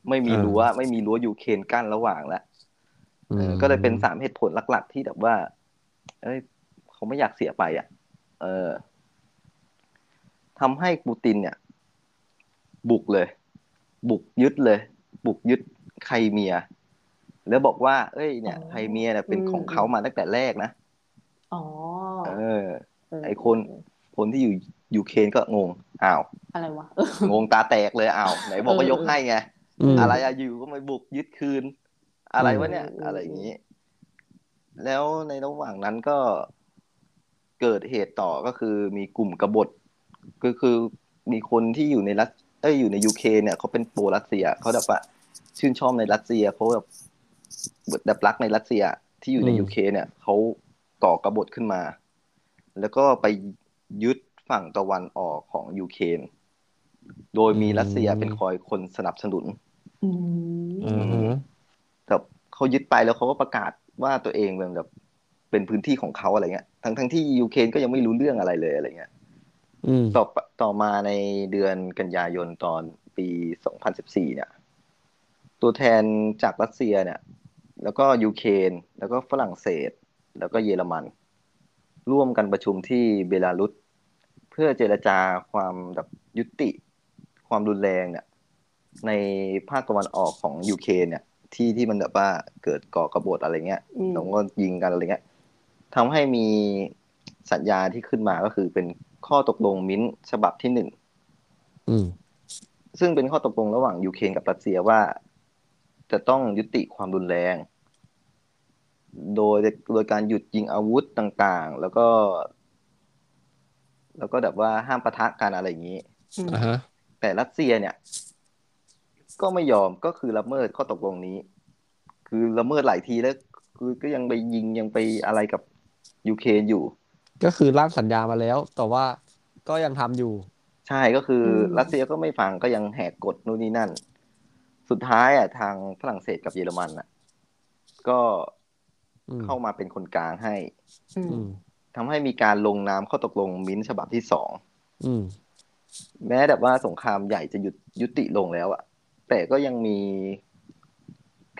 S4: ไม่มี
S2: อ่า
S4: รั้วไม่มีรั้วยูเครนกั้นระหว่างแล้ว
S2: อื
S4: เอ
S2: ม
S4: อก็เลยเป็นสามเหตุผลหลัก ๆ ที่แบบว่า เอ้ยเขาไม่อยากเสียไปอ่ะ เออทำให้ปูตินเนี่ย บุกเลย บุกยึดเลย บุกยึดไครเมีย แล้วบอกว่า เอ้ยเนี่ย
S3: อ๋อ
S4: ไครเมียเนี่ยเป็น
S3: อืม
S4: ของเขามาตั้งแต่แรกนะ
S3: อ๋อ
S4: เออ
S3: เ
S4: ไอ้คน คนที่อยู่ ยูเครนก็งงอ้าว
S3: อะไรวะ
S4: งงตาแตกเลยอ้าวไหนบอกว่ายกให้ไง
S2: ม
S4: อะไรอะอยู่ก็มาบุกยึดคืน อะไรวะเนี่ย
S3: อืม
S4: อะไรอย่างนี้ แล้วในระหว่างนั้นก็เกิดเหตุต่อก็คือมีกลุ่มกบฏก็คือมีคนที่อยู่ในรัสเอ้ยอยู่ในยูเคเนี่ยเขาเป็นโปรรัสเซียเขาแบบว่าชื่นชอบในรัสเซียเขาแบบแบบรักในรัสเซียที่อยู่ใน
S2: อืม
S4: ยูเคเนี่ยเขาก่อกบฏขึ้นมา แล้วก็ไปยึดฝั่งตะวันออกของยูเครนโดยมีรัสเซียเป็นคอยคนสนับสนุน
S3: อื
S2: อื
S3: ม
S2: มอืม
S4: แบบเขายึดไปแล้วเขาก็ประกาศว่าตัวเองเป็นแบบเป็นพื้นที่ของเขาอะไรเงี้ย ทั้งทั้งที่ยูเครนก็ยังไม่รู้เรื่องอะไรเลยอะไรเงี้ย
S2: อืม
S4: ต่อต่อมาในเดือนกันยายนตอนปี 2014 เนี่ย ตัวแทนจากรัสเซียเนี่ย แล้วก็ยูเครนแล้วก็ฝรั่งเศส แล้วก็เยอรมัน ร่วมกันประชุมที่เบลารุสเพื่อเจรจาความแบบยุติ ความรุนแรงเนี่ย ในภาคตะวันออกของยูเครนเนี่ย ที่ที่มันแบบว่าเกิดก่อกบฏอะไรเงี้ย
S3: อืม
S4: แล้วก็ยิงกันอะไรเงี้ยทำให้มีสัญญาที่ขึ้นมาก็คือเป็นข้อตกลงมิ้นท์ฉบับที่หนึ่ง
S2: อืม
S4: ซึ่งเป็นข้อตกลงระหว่างยูเครนกับรัสเซียว่า จะต้องยุติความรุนแรง โดยโดยการหยุดยิงอาวุธต่างๆ แล้วก็ แล้วก็แบบว่าห้ามปะทะกันอะไรอย่างนี้
S3: อืม
S2: อ่าฮะ
S4: แต่รัสเซียเนี่ย ก็ไม่ยอมก็คือละเมิดข้อตกลงนี้ คือละเมิดหลายทีแล้ว คือก็ยังไปยิงยังไปอะไรกับยูเครนอยู่
S2: ก็คือร่างสัญญามาแล้ว แต่ว่าก็ยังทำอยู่
S4: ใช่ก็คืออรัสเซียก็ไม่ฟังก็ยังแหกกฎนู่นนี่นั่น สุดท้ายอ่ะทางฝรั่งเศสกับเยอรมันอ่ะ ก็
S2: อืม
S4: เข้ามาเป็นคนกลางให้
S3: อืม
S2: อืม
S4: ทำให้มีการลงนามข้อตกลงมินท์ฉบับที่สอง
S2: อืม
S4: แม้แบบว่าสงครามใหญ่จะหยุดยุติลงแล้วอะแต่ก็ยังมี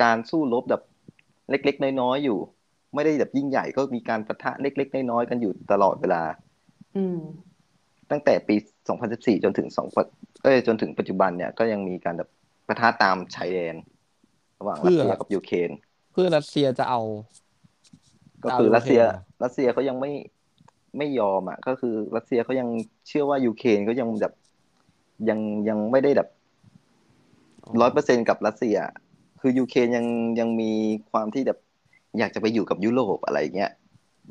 S4: การสู้รบแบบเล็กๆ น้อยๆอยู่ ไม่ได้แบบยิ่งใหญ่ก็มีการปะทะเล็กๆ น้อยๆกันอยู่ตลอดเวลา
S3: อืม
S4: ตั้งแต่ปี 2014 จนถึง2เอ้ยจนถึงปัจจุบันเนี่ยก็ยังมีการแบบปะทะตามชายแดน ระหว่างรัสเซียกับยูเครน
S2: เพื่อรัสเซียจะเอา
S4: ก็คือรัสเซีย
S2: จะอา
S4: รัสเซียเขายังไม่ไม่ยอมอ่ะก็คือรัสเซียเขายังเชื่อว่ายูเครนเขายังแบบยังยังไม่ได้แบบ
S2: ค
S4: ร้
S2: ร้
S4: อยเปอร์เซ็นกับรัสเซีย คือยูเครนยังยังมีความที่แบบอยากจะไปอยู่กับยุโรปอะไรอย่างเงี้ย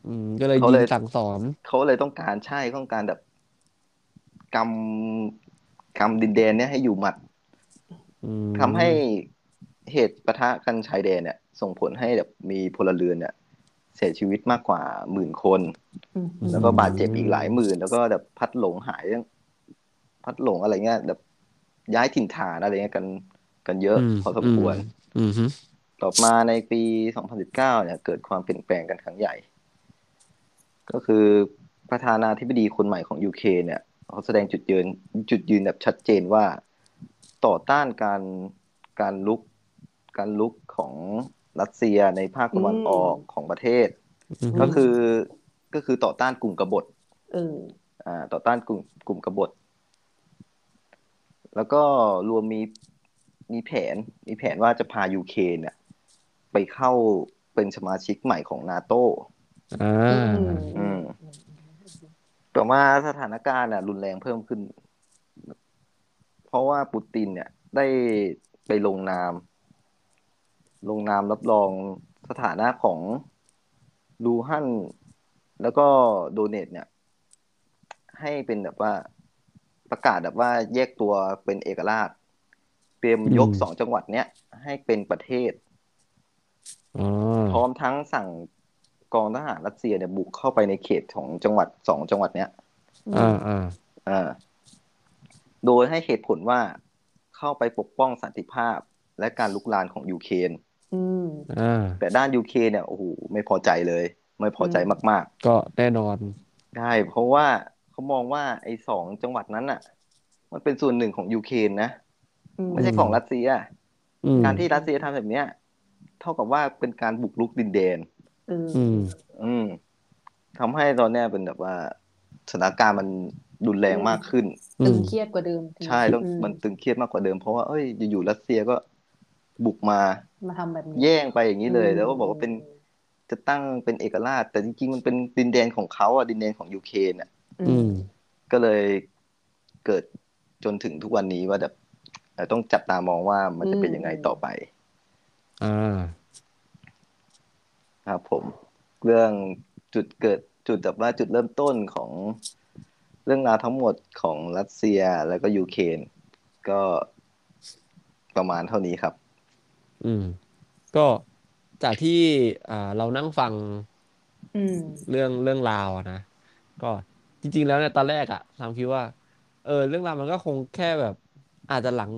S2: อืมก็เลย
S4: เขา
S2: ยิ
S4: เลย
S2: งสั่งสอน
S4: เขาเลยต้องการใช่ต้องการแบบกำกำดินแดนเนี่ยให้อยู่หมัด
S2: อืม
S4: ทำให้เหตุปะทะกันชายแดนเนี่ย ส่งผลให้แบบมีพลเรือนเนี่ย เสียชีวิตมากกว่าหมื่นคน
S3: อืม
S4: แล้วก็บาดเจ็บอีกหลายหมื่น แล้วก็แบบพัดหลงหายพัดหลงอะไรเงี้ยแบบย้ายถิ่นฐานอะไรเงี้ยกันกันเยอะ
S2: ม
S4: พอสมควร
S2: อืมอืม
S4: ต่อมาในปี 2019 เนี่ย เกิดความเปลี่ยนแปลงกันครั้งใหญ่ ก็คือประธานาธิบดีคนใหม่ของยูเคเนี่ยเขาแสดงจุดยืนจุดยืนแบบชัดเจนว่าต่อต้านการการลุกการลุกของรัสเซียในภาคตะวันออกของประเทศ
S2: อืม
S4: ก็คือก็คือต่อต้านกลุ่มกบฏ
S3: เออ
S4: อ่าต่อต้านกลุ่มกลุ่มกบฏ แล้วก็รวมมีมีแผนมีแผนว่าจะพายูเครนเนี่ยไปเข้าเป็นสมาชิกใหม่ของนาโต
S2: อ่า
S3: อื
S4: อื
S3: ม
S4: ม ต่อมาสถานการณ์น่ะรุนแรงเพิ่มขึ้น เพราะว่าปูตินเนี่ยได้ไปลงนาม ลงนามรับรองสถานะของลูฮันแล้วก็โดเนตเนี่ย ให้เป็นแบบว่าประกาศแบบว่าแยกตัวเป็นเอกราช เตรียมยก
S2: อืม
S4: สองจังหวัดเนี้ยให้เป็นประเทศ
S2: อ๋อ
S4: พร้อมทั้งสั่งกองทหารรัสเซียเนี่ยบุกเข้าไปในเขตของจังหวัดสองจังหวัดเนี้ย
S2: อ่าอ่า
S4: อ่าโดยให้เหตุผลว่าเข้าไปปกป้องสันติภาพและการลุกลานของยูเครน
S3: อืม
S2: อ่า
S4: แต่ด้านยูเครนเนี่ยโอ้โหไม่พอใจเลย ไม่พอใจมาก
S2: ก็แน่นอน
S4: ๆใช่เพราะว่าเขามองว่าไอ้สองจังหวัดนั้นน่ะ มันเป็นส่วนหนึ่งของยูเครนนะไม่ใช่ของรัสเซีย
S2: อืม
S4: การที่รัสเซียทำแบบเนี้ย เท่ากับว่าเป็นการบุกรุกดินแดน
S3: เออ
S2: อืม
S4: อืมทำให้ตอนเนี้ยเป็นแบบว่าสถานการณ์มันรุนแรงมากขึ้น
S3: ตึงเครียดกว่าเดิม
S4: ใช่ต้องมันตึงเครียดมากกว่าเดิมเพราะว่าเอ้ยอยู่ๆรัสเซียก็บุกมา
S3: มาทำแบบนี้
S4: แย่งไปอย่างนี้เลย แล้วก็บอกว่าเป็นจะตั้งเป็นเอกราช แต่จริงๆมันเป็นดินแดนของเขาอ่ะดินแดนของยูเครนอ่ะ
S2: อืม
S4: ก็เลยเกิดจนถึงทุกวันนี้ว่าแบบเอ่อต้องจับตามองว่ามันจะเป็นยังไงต่อไป
S2: อ่า
S4: ครับผมเรื่องจุดเกิดจุดแบบว่าจุดเริ่มต้นของเรื่องราวทั้งหมดของรัสเซียแล้วก็ยูเครนก็ประมาณเท่านี้ครับ
S2: อืม ก็จากที่อ่าเรานั่งฟัง
S3: อืม
S2: เรื่องเรื่องราวอะนะก็จริง ๆ แล้วเนี่ยตอนแรกอะทามคิดว่า เออ เรื่องราวมันก็คงแค่แบบ อาจจะหลัง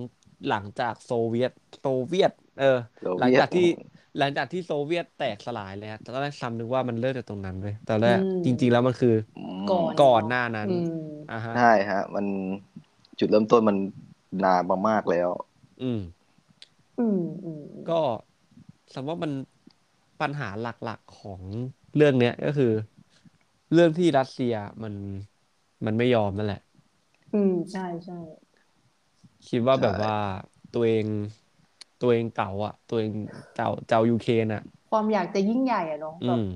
S2: หลังจากโซเวียต โซเวียต เออ
S4: โซ
S2: หลั
S4: เวียต
S2: จากที่หลังจากที่โซเวียตแตกสลายเลยฮะตอนแรกซัมนึกว่ามันเริ่มจากตรงนั้นเลยตอนแรก
S3: อืม
S2: จริง ๆ แล้วมันคือ
S4: อืม
S3: ก่อน
S2: ก่อนหน้านั้น
S3: อืม
S2: อ่าฮะ
S4: ใช่ฮะ มันจุดเริ่มต้นมันนานมามากแล้ว
S2: อืม
S3: อืมอืมอืม
S2: ก็สมมติว่ามันปัญหาหลักๆของเรื่องเนี้ยก็คือ เรื่องที่รัสเซียมันมันไม่ยอมนั่นแหละ
S3: อืมใช่ใช่
S2: คิดว่า
S4: ใช่
S2: แบบว่าตัวเองตัวเองเก่าอ่ะ ตัวเองเจ้าเจ้ายูเครนอ่ะ
S3: ความอยากจะยิ่งใหญ่อะเนาะ
S2: อื
S3: แบบ
S2: ม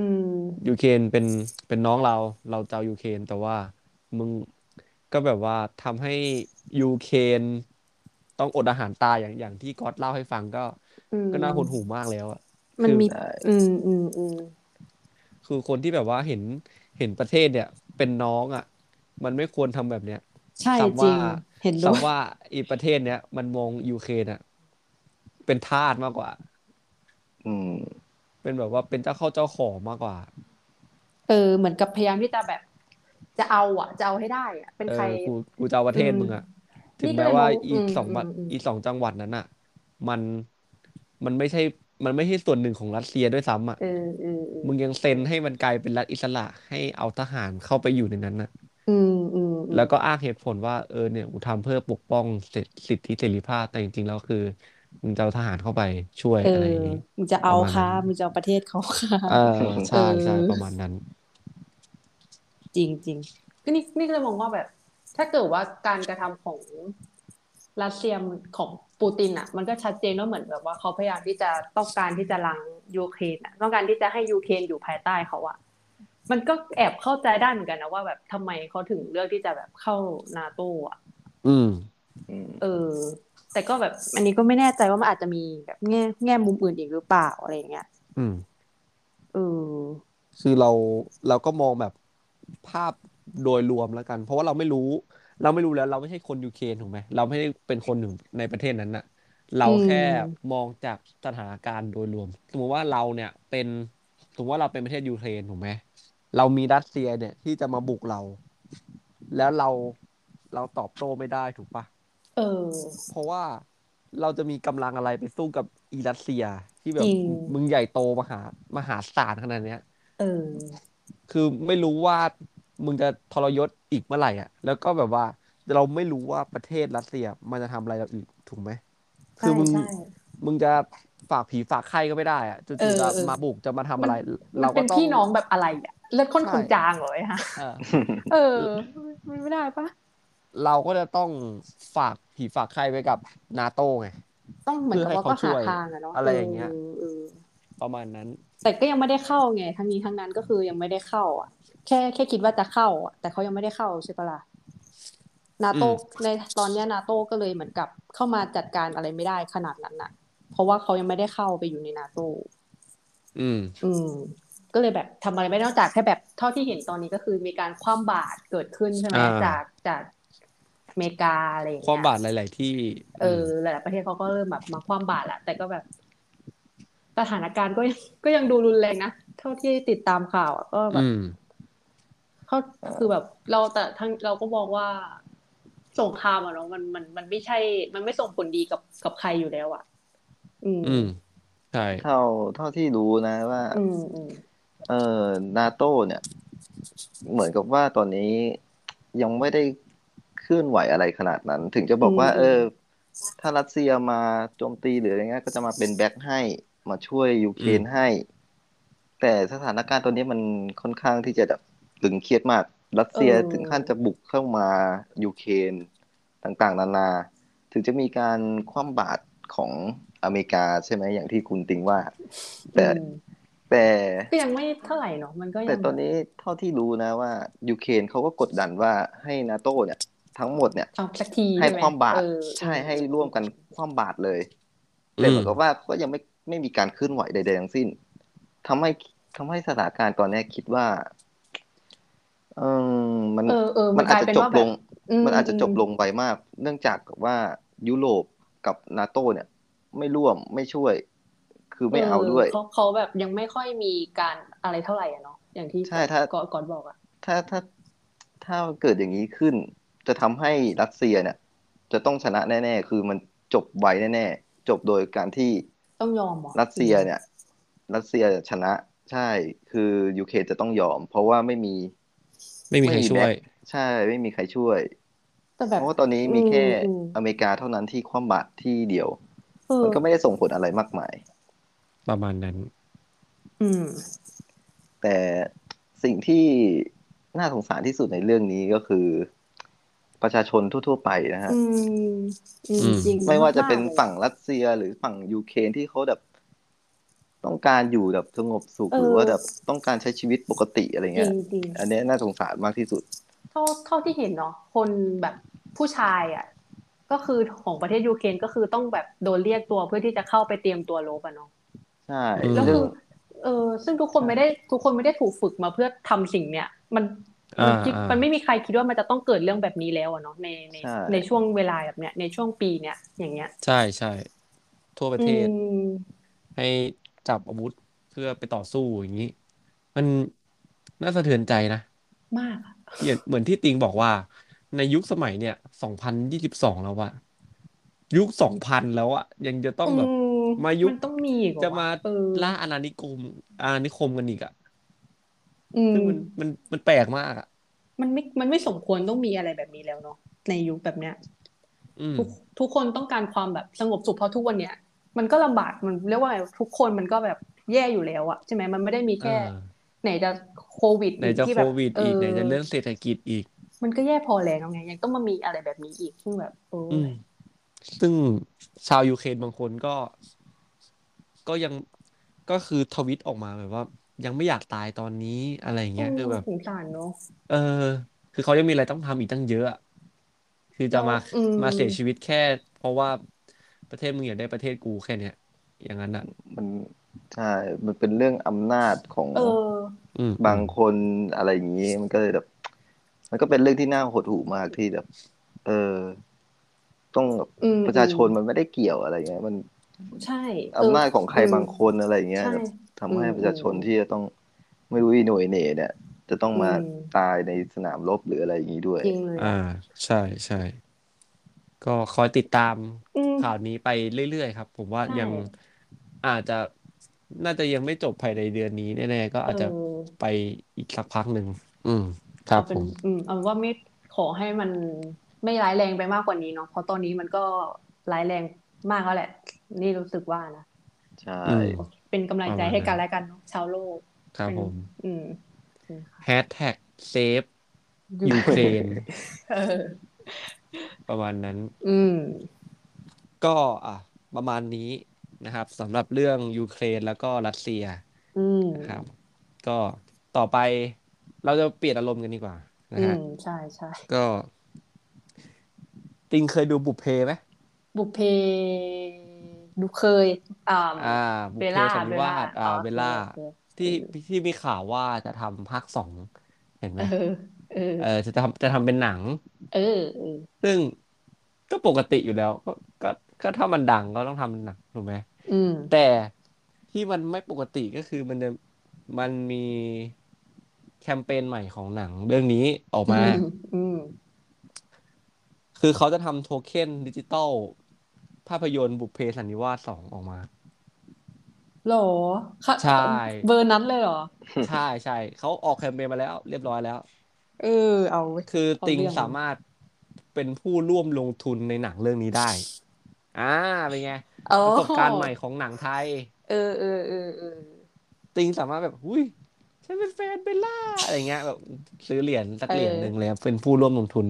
S3: อืม
S2: ยูเครนเป็นเป็นน้องเรา เราเจ้ายูเครนแต่ว่ามึงก็แบบว่าทำให้ยูเครนต้องอดอาหารตายอย่างอย่างที่ก๊อตเล่าให้ฟังก็
S3: อืม
S2: ก็น่าหดหู่มากแล้วอ่ะ
S3: มันมี
S4: ใช่
S3: อืมอืมอืม
S2: คือคนที่แบบว่าเห็นเห็นประเทศเนี่ย เป็นน้องอ่ะ มันไม่ควรทำแบบเนี้ย
S3: ใช่
S2: สั
S3: จริ
S2: ว่าง
S3: เห็นด้
S2: สั
S3: วย
S2: ว่าอีประเทศเนี้ยมันมองยูเครนอ่ะ เป็นทาสมากกว่า
S4: อืม
S2: เป็นแบบว่าเป็นเจ้าเข้าเจ้าของมากกว่า
S3: เออเหมือนกับพยายามที่จะแบบ จะเอาอ่ะ จะเอาให้ได้อ่ะ เป็น
S2: เอ
S3: ใคร
S2: อกูกูจะเอาประเทศมึงอ่ะ ถึ
S3: นี่
S2: ง
S3: ก็
S2: แม้
S3: เลย
S2: ว่าม
S3: อง
S2: อี
S3: อืม
S2: สองบัด
S3: อืมอืม
S2: อีสองจังหวัดนั้นอ่ะ มันมันไม่ใช่ มันไม่ใช่ส่วนหนึ่งของรัสเซียด้วยซ้ำอ่ะ
S3: เออเออเออ
S2: มึงยังเซ็นให้มันกลายเป็นรัฐอิสระให้เอาทหารเข้าไปอยู่ในนั้นอ่ะ
S3: อืมอืมอืม
S2: แล้วก็อ้างเหตุผลว่าเออเนี่ยกูทำเพื่อปกป้องสิทธิสิทธิเสรีภาพแต่จริงๆแล้วคือมึงจะเอาทหารเข้าไปช่วย
S3: เอ
S2: อะไรอ
S3: อย่าง
S2: นี้
S3: มึงจะเอา
S2: ประมาณนั้
S3: ค่ะ
S2: น
S3: มึงจะเอาประเทศเขาค่ะ
S2: เออใช่ใช่
S3: เออ
S2: ประมาณนั้น
S3: จริงจริงก็นี่นี่ก็เลยมองว่าแบบ ถ้าเกิดว่าการกระทำของรัสเซียมันของปูตินอ่ะ มันก็ชัดเจนว่าเหมือนแบบว่าเขาพยายามที่จะต้องการที่จะล้างยูเครนอ่ะต้องการที่จะให้ยูเครนอยู่ภายใต้เขาอ่ะมันก็แอบเข้าใจได้เหมือนกันนะว่าแบบทำไมเขาถึงเลือกที่จะแบบเข้านาโตอ่ะ
S2: อืม
S4: อื ม
S3: เออ แต่ก็แบบ อันนี้ก็ไม่แน่ใจว่ามันอาจจะมีแบบแง่แง่มุมอื่นอีกหรือเปล่าอะไรอย่างเงี้ย
S2: อืม
S3: เออ
S2: คือเราเราก็มองแบบภาพโดยรวมแล้วกัน เพราะว่าเราไม่รู้ เราไม่รู้แล้ว เราไม่ใช่คนยูเครนถูกไหมเราไม่ได้เป็นคนหนึ่งในประเทศนั้นน่ะ เราแค่
S3: อืม
S2: มองจากสถานการณ์โดยรวม สมมติว่าเราเนี่ยเป็นสมมติว่าเราเป็นประเทศยูเครนถูกไหมเรามีรัสเซียเนี่ยที่จะมาบุกเรา แล้วเราเราตอบโต้ไม่ได้ถูกปะ
S3: เออ
S2: เพราะว่าเราจะมีกำลังอะไรไปสู้กับอีรัสเซียที่แบบ
S3: จริง
S2: มึงใหญ่โตมหามหาศาลขนาดเนี้ย
S3: เออ
S2: คือไม่รู้ว่ามึงจะทรยศอีกเมื่อไหร่อ่ะ แล้วก็แบบว่าเราไม่รู้ว่าประเทศรัสเซียมันจะทำอะไรเราอีกถูกไหม คื
S3: ใช่
S2: มึง
S3: ใช่
S2: มึงจะฝากผีฝากไข้ก็ไม่ได้อ่ะจู่
S3: เออ
S2: ๆจะ
S3: เออ
S2: มาบุกจะมาทำ
S3: มั
S2: อะไร
S3: มั
S2: เรา
S3: น
S2: ก็
S3: เป็น
S2: ต้อง
S3: พี่น้องแบบอะไรอ่ะ เลือดข้นขุนจางเหรอไอ้ฮะ
S2: เออ
S3: เออ มันไม่ได้ปะ
S2: เราก็จะต้องฝากผีฝากไข้ไว้กับนาโต้ไง
S3: ต้องเหมือนกับว่า
S2: เพื่
S3: ก็
S2: อให้เขาช่
S3: หา
S2: วย
S3: ทางอะเนาะ
S2: อะไรอย่างเงี้ย
S3: เออ
S2: ประมาณนั้น
S3: แต่ก็ยังไม่ได้เข้าไง ทั้งนี้ทั้งนั้นก็คือยังไม่ได้เข้าอ่ะ แค่แค่คิดว่าจะเข้าอ่ะแต่เขายังไม่ได้เข้าใช่ปะล่ะนาโต
S2: อืม
S3: ในตอนเนี้ยนาโตก็เลยเหมือนกับเข้ามาจัดการอะไรไม่ได้ขนาดนั้นน่ะ เพราะว่าเขายังไม่ได้เข้าไปอยู่ในนาโต
S2: อืม
S3: อืม ก็เลยแบบทำอะไรไม่ได้นอกจากแค่แบบเท่าที่เห็นตอนนี้ก็คือมีการคว่ำบาตรเกิดขึ้นใช่ไหม
S2: อ่า
S3: จากจากอเมริกาอะไรอย่าง
S2: ควา
S3: เงี้
S2: ม
S3: ย
S2: บาดหลาย ๆ ที่
S3: เออหลายๆประเทศเขาก็เริ่มแบบมาคว่ำบาตรละแต่ก็แบบสถานการณ์ก็ยังก็ยังดูรุนแรงนะ เท่าที่ติดตามข่าวอะก็แบบ
S2: อืม
S3: เขาคือแบบ เราแต่ทั้งเราก็มองว่าสงครามอะเนาะมันมันมันไม่ใช่ มันไม่ส่งผลดีกับกับใครอยู่แล้วอะอืม
S2: อืม ใช่
S4: เท่าเท่าที่รู้นะว่า
S3: อืมอืม
S4: เออนาโตเนี่ย เหมือนกับว่าตอนนี้ยังไม่ได้เคลื่อนไหวอะไรขนาดนั้น ถึงจะบอกว่า เออ ถ้ารัสเซียมาโจมตีหรืออะไรเงี้ยก็จะมาเป็นแบ็คให้มาช่วยยูเครน
S2: อืม
S4: ให้ แต่สถานการณ์ตอนนี้มันค่อนข้างที่จะแบบตึงเครียดมาก รัสเซียถึงขั้นจะบุกเข้ามายูเครนต่างๆ นานา ถึงจะมีการคว่ำบาตรของอเมริกาใช่ไหมอย่างที่คุณติงว่า แต่
S3: อืม
S4: แต่
S3: ก็ยังไม่เท่าไหร่เนาะมันก็ยั
S4: แต่
S3: ง
S4: ตอนนี้เท่าที่รู้นะว่ายูเครนเขาก็กดดันว่าให้นาโตเนี่ย ทั้งหมดเนี่ย
S3: เอาสักที
S4: ให้
S3: ช่ไ
S4: ความบาตร
S3: เออ
S4: ใช่ให้ร่วมกันความบาตรเลยแต่เหมือนกับว่าก็ยังไม่ไม่มีการเคลื่อนไหวใดๆทั้งสิ้นทำให้ทำให้สถานการณ์ตอนเนี้ยคิดว่า เออมัน
S3: เออเออ
S4: มันอาจ
S3: กลย
S4: จะ
S3: เป็
S4: จบ
S3: ว่แ
S4: ลง มันอาจจะจบลงไปมาก เนื่องจากว่ายุโรปกับนาโตเนี่ย ไม่ร่วมไม่ช่วย คือไม่เอาด้วย
S3: เขาเขาแบบยังไม่ค่อยมีการอะไรเท่าไหร่อะเนาะอย่างที่
S4: ใช่ถ้า
S3: ก่อนก่อนบอกอะ
S4: ถ้าถ้าถ้าเกิดอย่างนี้ขึ้น จะทำให้รัสเซียเนี่ย จะต้องชนะแน่ ๆ คือมันจบไวแน่ๆ จบโดยการที่
S3: ต้องยอมเหรอ
S4: รัสเซียเนี่ย รัสเซียชนะ ใช่ คือยูเครนจะต้องยอม เพราะว่าไม่มี
S2: ไม่มีใครช่วย
S4: แบ็คใช่ ไม่มีใครช่วย
S3: แต่แบบ
S4: เพราะว่าตอนนี้มีแค่
S3: อืมอืม
S4: อเมริกาเท่านั้นที่คว่ำบาตรที่เดียว
S3: เออ
S4: มันก็ไม่ได้ส่งผลอะไรมากมาย
S2: ประมาณนั้น
S3: อืม
S4: แต่สิ่งที่น่าสงสารที่สุดในเรื่องนี้ก็คือ ประชาชนทั่ว ๆ ไปนะฮะ
S3: อืมอืม
S2: อืม
S3: จริง
S4: ไม่ว่าจะ
S3: กๆ
S4: เป็น
S3: ลย
S4: ฝั่งรัสเซียหรือฝั่งยูเครนที่เขาแบบ ต้องการอยู่แบบสงบสุขหรือว่าแบบต้องการใช้ชีวิตปกติอะไร
S3: จริ
S4: เงี้ย
S3: งจริง
S4: อันเนี้ยน่าสงสารมากที่สุด
S3: เท่าเท่าที่เห็นเนาะคนแบบผู้ชายอ่ะ ก็คือของประเทศยูเครนก็คือต้องแบบโดนเรียกตัวเพื่อที่จะเข้าไปเตรียมตัวรบอะเนาะ
S4: ใช่
S2: อืม
S3: แล้ว
S4: เรื่
S3: คื
S4: อง
S3: อ เออซึ่งทุกคนไม่ได้ทุกคนไม่ได้ถูกฝึกมาเพื่อทำสิ่งเนี้ยมัน
S2: อ่า
S3: มันคิด
S2: อ่า
S3: มันไม่มีใครคิดว่ามันจะต้องเกิดเรื่องแบบนี้แล้วอะเนาะในใน
S4: ใช่
S3: ในช่วงเวลาแบบเนี้ยในช่วงปีเนี้ยอย่างเงี้ย
S2: ใช่ใช่ทั่วประเทศ
S3: อืม
S2: ให้จับอาวุธเพื่อไปต่อสู้อย่างนี้ มันน่าสะเทือนใจนะ
S3: มากอะ
S2: เหมือนเหมือนที่ติงบอกว่า ในยุคสมัยเนี่ยสองพันยี่สิบสองแล้วอะยุคสองพันแล้วอะยังจะต้องแบบ
S3: ม
S2: มายุค
S3: นต้องมีอีกเหรอว
S2: จะมา
S3: เออ
S2: ล่าอาณานิคมอาณานิคมกันอีกอะ
S3: อืม
S2: ซึ่งมันมันมันแปลกมากอะ
S3: มันไม่มันไม่สมควรต้องมีอะไรแบบนี้แล้วเนาะในยุคแบบเนี้ย
S2: อืม
S3: ทุกทุกคนต้องการความแบบสงบสุขเพราะทุกวันเนี้ยมันก็ลำบากมันเรียกว่าไงทุกคนมันก็แบบแย่อยู่แล้วอะใช่ไหมมันไม่ได้มีแค่
S2: อ่า
S3: ไหนจะโควิด
S2: ไหนจะ
S3: อีกที่
S2: โค
S3: แบบ
S2: วิดอีกไหนจะเรื่อง
S3: เ
S2: เศรษฐกิจอีก
S3: มันก็แย่พอแล้วไงยังต้องมามีอะไรแบบนี้อีกซึ่งแบบโอ้
S2: อืม
S3: ย
S2: ซึ่งชาวยูเครนบางคนก็ ก็ยังก็คือทวิตออกมาแบบว่า ยังไม่อยากตายตอนนี้อะไรอย่างเงี้ยคือแบบ
S3: สงสารเนาะ
S2: เออ คือเขายังมีอะไรต้องทำอีกตั้งเยอะอะคือจะมา
S3: อืม
S2: มาเสียชีวิตแค่ เพราะว่าประเทศมึงอยากได้ประเทศกูแค่เนี้ยอย่างนั้นอ่ะ
S4: มันใช่ มันเป็นเรื่องอำนาจของ
S3: เออ
S2: อืม
S4: บางคนอะไรอย่างนี้ มันก็เลยแบบ มันก็เป็นเรื่องที่น่าหดหู่มากที่แบบ เออ ต้องแบบ
S3: อืม
S4: ประชาชนมันไม่ได้เกี่ยวอะไรเงี้ย มัน
S3: ใช่
S4: อำนาจของใครบางคนอะไรอย่างเงี้ย
S3: ใช่
S4: แบบ ทำให้
S3: อืม
S4: ประชาชนที่จะต้องไม่รู้อีโหน่วยเหน่เนี่ย จะต้องมา
S3: อืม
S4: ตายในสนามรบหรืออะไรอย่างนี้ด้วย
S3: จริงเลย
S2: อ่า
S3: อะ
S2: ใช่ใช่ก็คอยติดตาม
S3: อืม
S2: ข่าวนี้ไปเรื่อยๆครับ ผมว่า
S3: ใช่
S2: ยังอาจจะน่าจะยังไม่จบภายในเดือนนี้แน่ๆก็
S3: เอ
S2: อาจจะ
S3: อ
S2: ไปอีกสักพักหนึ่งอืม ครั
S3: เอา
S2: บ
S3: เป็
S2: ผ
S3: น
S2: ม
S3: อืมเอาเป็นว่าไม่ขอให้มันไม่ร้ายแรงไปมากกว่านี้เนาะเพราะตอนนี้มันก็ร้ายแรงมากแล้วแหละ นี่รู้สึกว่านะ
S4: ใช่
S2: อืม
S3: เป็นกำลังใจให้กันและกันเนอะชาวโลก
S2: ครับผม
S3: อืมอืม
S2: แฮชแท็กเซฟยูเครน
S3: เออ
S2: ประมาณนั้น
S3: อืม
S2: ก็อ่ะประมาณนี้นะครับสำหรับเรื่องยูเครนแล้วก็รัสเซีย
S3: อืม
S2: นะครับ ก็ต่อไปเราจะเปลี่ยนอารมณ์กันดีกว่านะ
S3: อื
S2: ฮะ
S3: มใช่ใช่
S2: ก็ ติงเคยดูบุพเพไหม
S3: บุพเพดูเคยอ่า
S2: อ่า บุพ
S3: เบล
S2: เพ
S3: ล่า
S2: สันนิ
S3: เบล
S2: วา
S3: ล่า
S2: สอ่าเบลล่า
S3: โอเคโอเค
S2: ที่ที่มีข่าวว่าจะทำภาคสองเห็นไหม
S3: เออ เออ
S2: เออจะทำจะทำเป็นหนัง
S3: เออเออ
S2: ซึ่งก็ปกติอยู่แล้ว ก็ก็ก็ถ้ามันดังก็ต้องทำมันหนักถูกไหม
S3: อืม
S2: แต่ที่มันไม่ปกติก็คือมันจะมันมีแคมเปญใหม่ของหนังเรื่องนี้ออก
S3: อื
S2: มา
S3: มอืม
S2: คือเขาจะทำโทเค็นดิจิตอลภาพยนตร์บุพเพสันนิวาสสองออกมา
S3: หรอค่ะ
S2: ใช่
S3: เบอร์นั้นเลยเหรอ
S2: ใช่ใช่เขาออกแคมเปญมาแล้วเรียบร้อยแล้ว
S3: เออ เอาเว้ย
S2: คือ
S3: เอา
S2: ติง
S3: เรื่อง
S2: สามารถเป็นผู้ร่วมลงทุนในหนังเรื่องนี้ได้ อ่าเป็นไง
S3: โอ้
S2: ประสบการณ์ใหม่ของหนังไทย
S3: เออเออเออเออ
S2: ติงสามารถแบบอุ้ยฉันเป็นแฟนเบลล่าอะไรเงี้ยแบบซื้อเหรียญสักเหรียญหนึ่งเลยครับเป็นผู้ร่วมลงทุน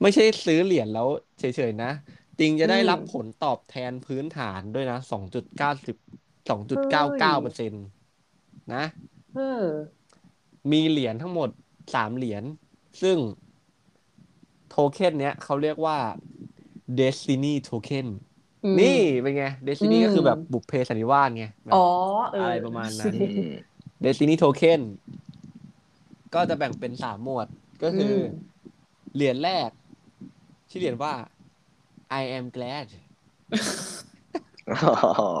S2: ไม่ใช่ซื้อเหรียญแล้วเฉยๆนะ ติงจะได้รับผลตอบแทนพื้นฐานด้วยนะสองจุดเก้าสิบสองจุดเก้าเก้าเปอร์เซ็นต์ นะ
S3: เออ
S2: มีเหรียญทั้งหมดสามเหรียญ ซึ่งโทเค็นเนี้ยเขาเรียกว่า Destiny Token
S3: อืม
S2: นี่เป็นไง Destiny
S3: อืม
S2: ก็คือแบบบุกเพสันนิวาสไงแบบ
S3: อ๋อเออ
S2: อะ
S3: อะไร
S2: ประมาณนั้น
S4: อืม
S2: Destiny Token ก็จะแบ่งเป็นสามหมวดก็คืออ
S3: ม
S2: เหรียญแรก ชื่อเหรียญว่า I am glad
S4: อ๋อ